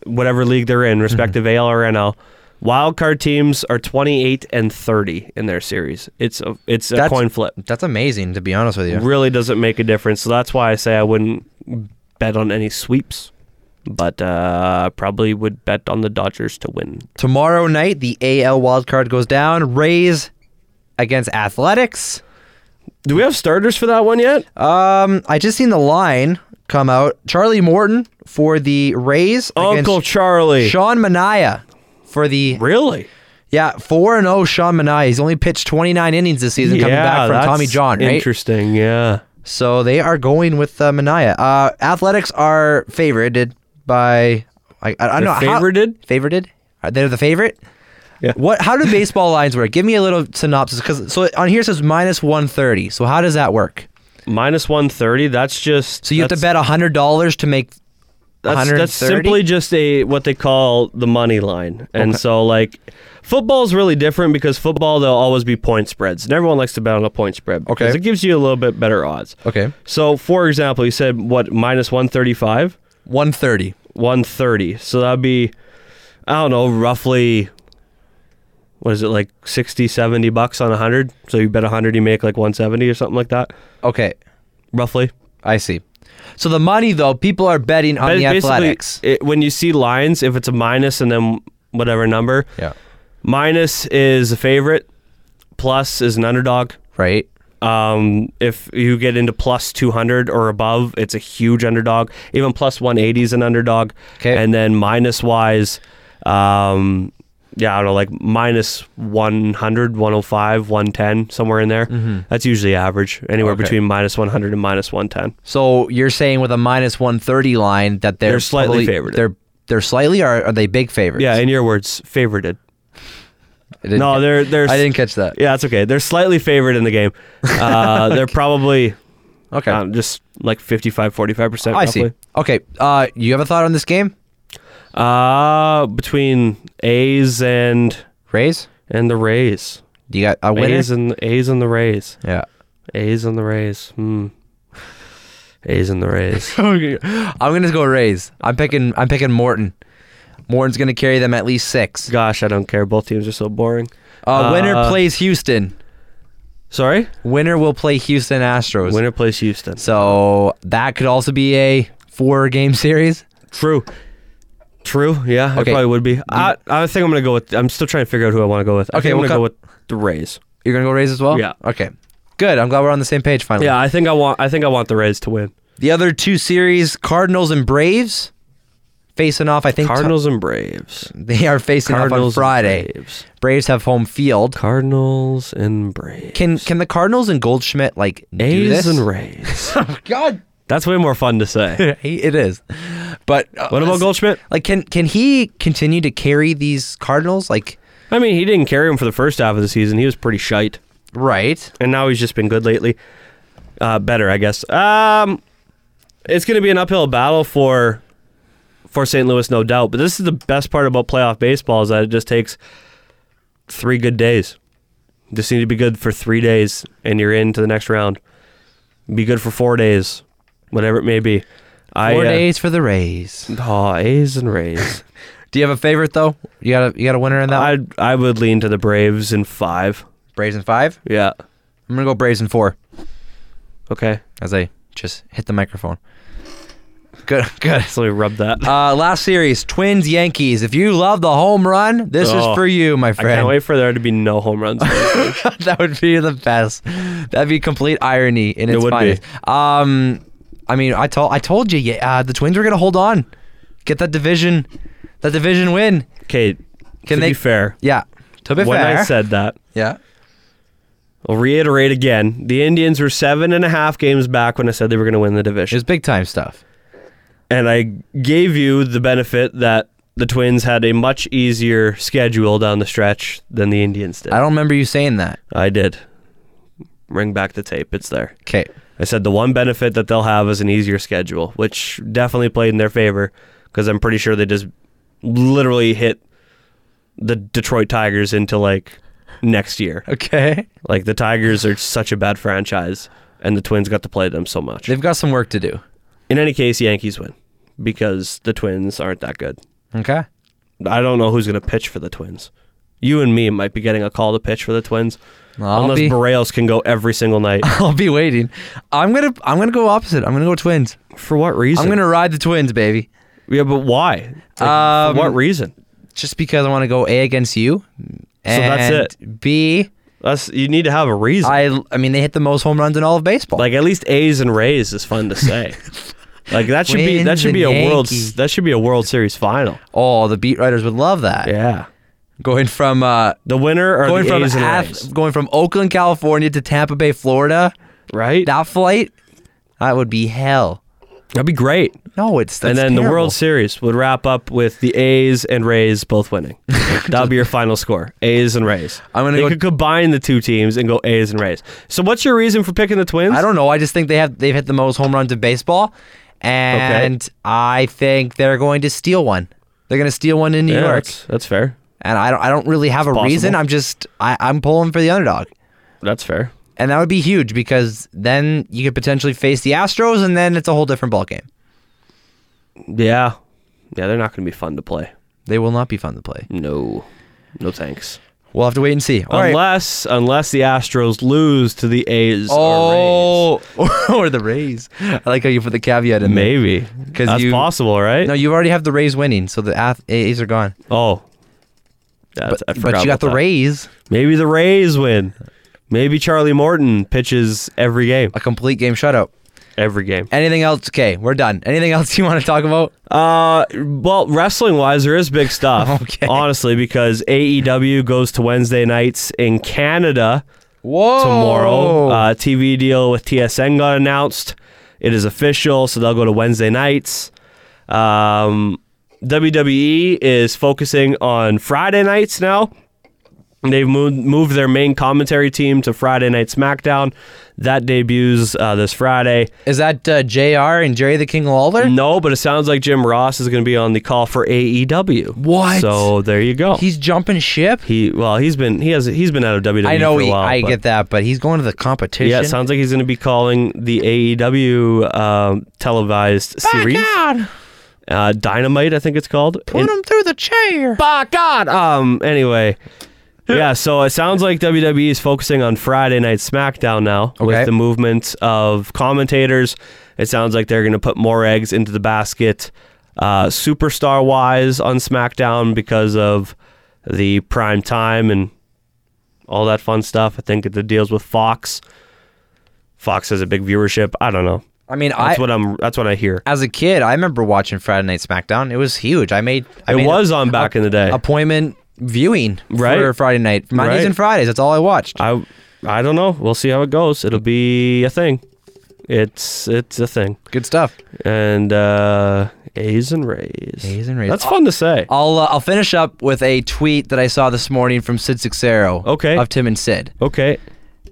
whatever league they're in, respective AL or NL. Wild card teams are 28 and 30 in their series. It's a it's a That's- coin flip. That's amazing, to be honest with you. Really doesn't make a difference. So that's why I say I wouldn't bet on any sweeps, but uh, probably would bet on the Dodgers to win. Tomorrow night, the AL wildcard goes down. Rays against Athletics. Do we have starters for that one yet? Um, I just seen the line come out. Charlie Morton for the Rays. Uncle against Charlie. Sean Mania for the really? yeah four and zero. Sean Mania. He's only pitched twenty nine innings this season, coming back from that's Tommy John. Right. Interesting. Yeah. So they are going with uh, Mania. Uh, athletics are favorited by I, I, I don't know They're favorited? How, favorited? Are they the favorite? Yeah. What? How do baseball lines work? Give me a little synopsis, because so on here it says minus one thirty. So how does that work? Minus 130. That's just. So you have to bet hundred dollars to make. That's, that's 130? simply just a what they call the money line. And so like football's really different because football there'll always be point spreads. And everyone likes to bet on a point spread. Okay. Because it gives you a little bit better odds. Okay. So for example, you said what minus 135? One thirty. 130. So that'd be I don't know, roughly what is it like 60 70 bucks on 100? So you bet 100 you make like 170 or something like that, Okay, roughly. I see. So the money though, people are betting on But the basically, athletics. it- when you see lines, if it's a minus and then whatever number, Yeah. minus is a favorite, plus is an underdog. Right. Um, if you get into plus 200 or above, it's a huge underdog. Even plus 180 is an underdog. 'Kay. And then minus wise, um, yeah, I don't know, like minus 100, 105, 110, somewhere in there. That's usually average, anywhere Mm-hmm. Okay. between minus 100 and minus 110. So you're saying with a minus one thirty line that they're, They're slightly probably- favored. They're they're slightly or are they big favorites? Yeah, in your words, favorited. I didn't No, ca- they're they're. I didn't catch that. Yeah, that's okay. They're slightly favored in <laughs> the game. Uh, they're probably Okay. Oh, um, just like 55, 45 percent. I see. Okay. Uh, you have a thought on this game, Uh between A's and Rays? and the Rays. You got a winner? A's and A's and the Rays. yeah. <laughs> A's and the Rays. Hmm. A's and the Rays. I'm gonna go Rays. I'm picking. I'm picking Morton. Morton's gonna carry them at least six. <laughs> Gosh, I don't care. Both teams are so boring. Uh, winner Uh, plays Houston. Sorry. Winner will play Houston Astros. Winner plays Houston. So that could also be a four-game series. True. True. Yeah, Okay. it probably would be. I, I think I'm gonna go with. I'm still trying to figure out who I want to go with. I Okay, think I'm we'll gonna go cut- with the Rays. You're gonna go Rays as well. Yeah. Okay. Good. I'm glad we're on the same page finally. Yeah, I think I want. I think I want the Rays to win. The other two series, Cardinals and Braves, facing off. I think t- Cardinals and Braves. <laughs> they are facing off on Cardinals and Friday. Braves. Braves have home field. Cardinals and Braves. Can can the Cardinals and Goldschmidt like do A's this? and <laughs> Rays. <laughs> God, <laughs> That's way more fun to <laughs> say. it is. But uh, What about Goldschmidt? Like, can can he continue to carry these Cardinals? Like, I mean, he didn't carry him for the first half of the season. He was pretty shite, right? and now he's just been good lately. Uh, better, I guess. Um, it's going to be an uphill battle for for St. Louis, no doubt. But this is the best part about playoff baseball is that it just takes three good days. Just need to be good for three days, and you're into the next round. Be good for four days, whatever it may be. I, Four uh, days for the Rays. Oh, A's and <laughs> Rays. Do you have a favorite though? You got a you got a winner in that? one? I I would lean to the Braves in five. Braves in five. Yeah. I'm gonna go Braves in four. Okay. As I just hit the microphone. Good, <laughs> good. So we rub that. Uh, last series, Twins Yankees. If you love the home run, this Oh, is for you, my I friend. <laughs> can't wait for there to be no home runs. that would be the best. That'd be complete irony in its would be. finest. Um, I mean, I told I told you, yeah, uh, the Twins were gonna hold on, get that division, that division win. Okay. Can to they- be fair, Yeah, to be when fair, I said that, yeah, I'll reiterate again: the Indians were seven and a half games back when I said they were going to win the division. It's big time stuff. and I gave you the benefit that the Twins had a much easier schedule down the stretch than the Indians did. I don't remember you saying that. I did. Ring back the tape. It's there. Okay. I said the one benefit that they'll have is an easier schedule, which definitely played in their favor because I'm pretty sure they just literally hit the Detroit Tigers into like next year. Okay. Like the Tigers are such a bad franchise, and the Twins got to play them so much. They've got some work to do. In any case, Yankees win because the Twins aren't that good. Okay. I don't know who's going to pitch for the Twins. You and me might be getting a call to pitch for the Twins, I'll unless be- Barrios can go every <laughs> single night. I'll be waiting. I'm gonna I'm gonna go opposite. I'm gonna go twins. for what reason? I'm gonna ride the twins, baby. Yeah, but why? Like, Um, for what reason? Just because I want to go A against you. that's And B, That's you need to have a reason. I I mean they hit the most home runs in all of baseball. like at least A's and Rays is fun to <laughs> say. like that should be that Twins should be a and world Yankees. that should be a World Series final. oh, the beat writers would love that. Yeah, Going from uh the winner or going the from A's and Ath- Rays, going from Oakland, California to Tampa Bay, Florida. right? That flight, that would be hell. That'd be great. No, it's that's and then the terrible. World Series would wrap up with the A's and Rays <laughs> both winning. That'll be your final score: A's and Rays. I'm gonna They go- could combine the two teams and go A's and Rays. So, what's your reason for picking the Twins? I don't know. I just think they have they've hit the most home runs in baseball, and I think they're going to steal one. They're going to steal one in New Yeah, York, That's, that's fair. and I don't I don't really have a reason. possible. I'm just I, I'm pulling for the underdog, That's fair. and that would be huge because then you could potentially face the Astros, and then it's a whole different ballgame. Yeah, yeah. They're not going to be fun to play. They will not be fun to play. No, no thanks. We'll have to wait and see. All right. unless unless the Astros lose to the A's or Rays. Oh, <laughs> or the Rays. I like how you put the caveat in there. Maybe. 'Cause That's you- possible, right? No, you already have the Rays winning, so the Ath- A's are gone. oh. That's, I But forgot you about got the that. Rays, Maybe the Rays win. Maybe Charlie Morton pitches every game. a complete game shutout. Every game. Anything else? Okay, we're done. Anything else you want to talk about? Uh, well, wrestling wise, there is big <laughs> stuff. Okay. Honestly, because AEW goes to Wednesday nights in Canada. Whoa! tomorrow. Oh. Uh, TV deal with TSN got announced. It is official, so they'll go to Wednesday nights. Um, WWE is focusing on Friday nights now. They've moved, moved their main commentary team to Friday Night SmackDown. That debuts uh, this Friday. Is that uh, Jr. and Jerry the King Lawler? No, but it sounds like Jim Ross is going to be on the call for AEW. What? So there you go. He's jumping ship. he well, he's been he has he's been out of WWE. I know. for a He, while, I but- get that, but he's going to the competition. Yeah, it sounds like he's going to be calling the AEW um, televised series, God, uh, Dynamite, I think it's called. put In- him through the chair. by God. Um. Anyway, yeah. So it sounds like WWE is focusing on Friday Night SmackDown now Okay. with the movement of commentators. It sounds like they're going to put more eggs into the basket, uh, superstar wise on SmackDown because of the prime time and all that fun stuff. I think the deals with Fox. Fox has a big viewership. I don't know. I mean, That's I what I'm. That's what I hear. as a kid, I remember watching Friday Night SmackDown. It was huge. I made. I It made was on back in the day. appointment viewing Right. for Friday night, Mondays Right. and Fridays. That's all I watched. I I don't know. We'll see how it goes. It'll be a thing. It's it's a thing. Good stuff. And uh A's and Rays. A's and Rays. That's fun to say. I'll uh, I'll finish up with a tweet that I saw this morning from Sid Sixero. Okay. Of Tim and Sid. Okay.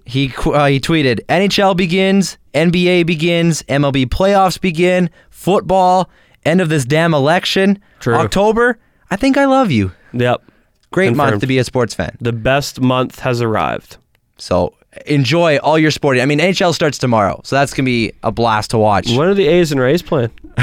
He qu- uh, he tweeted: NHL begins, NBA begins, MLB playoffs begin, football, end of this damn election. True. October, I think I love you. Yep. Great month Confirmed. to be a sports fan. The best month has arrived. So enjoy all your sporting. I mean, NHL starts tomorrow, so that's gonna be a blast to watch. When are the A's and Rays playing? <laughs>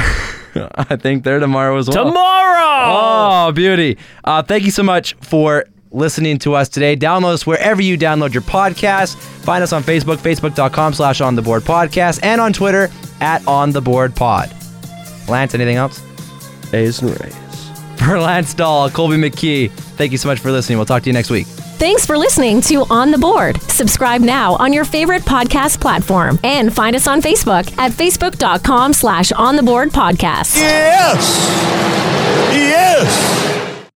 I think they're tomorrow as well. Tomorrow. Oh, beauty. Uh, thank you so much for listening to us today. Download us wherever you download your podcast. Find us on Facebook, facebook.com slash on the board podcast, and on Twitter at on the board pod. Lance, anything else? <laughs> A's and Rays. For Lance Dahl, Colby McKee, thank you so much for listening. We'll talk to you next week. Thanks for listening to On the Board. Subscribe now on your favorite podcast platform and find us on Facebook at facebook.com slash on the board podcast. Yes. Yes.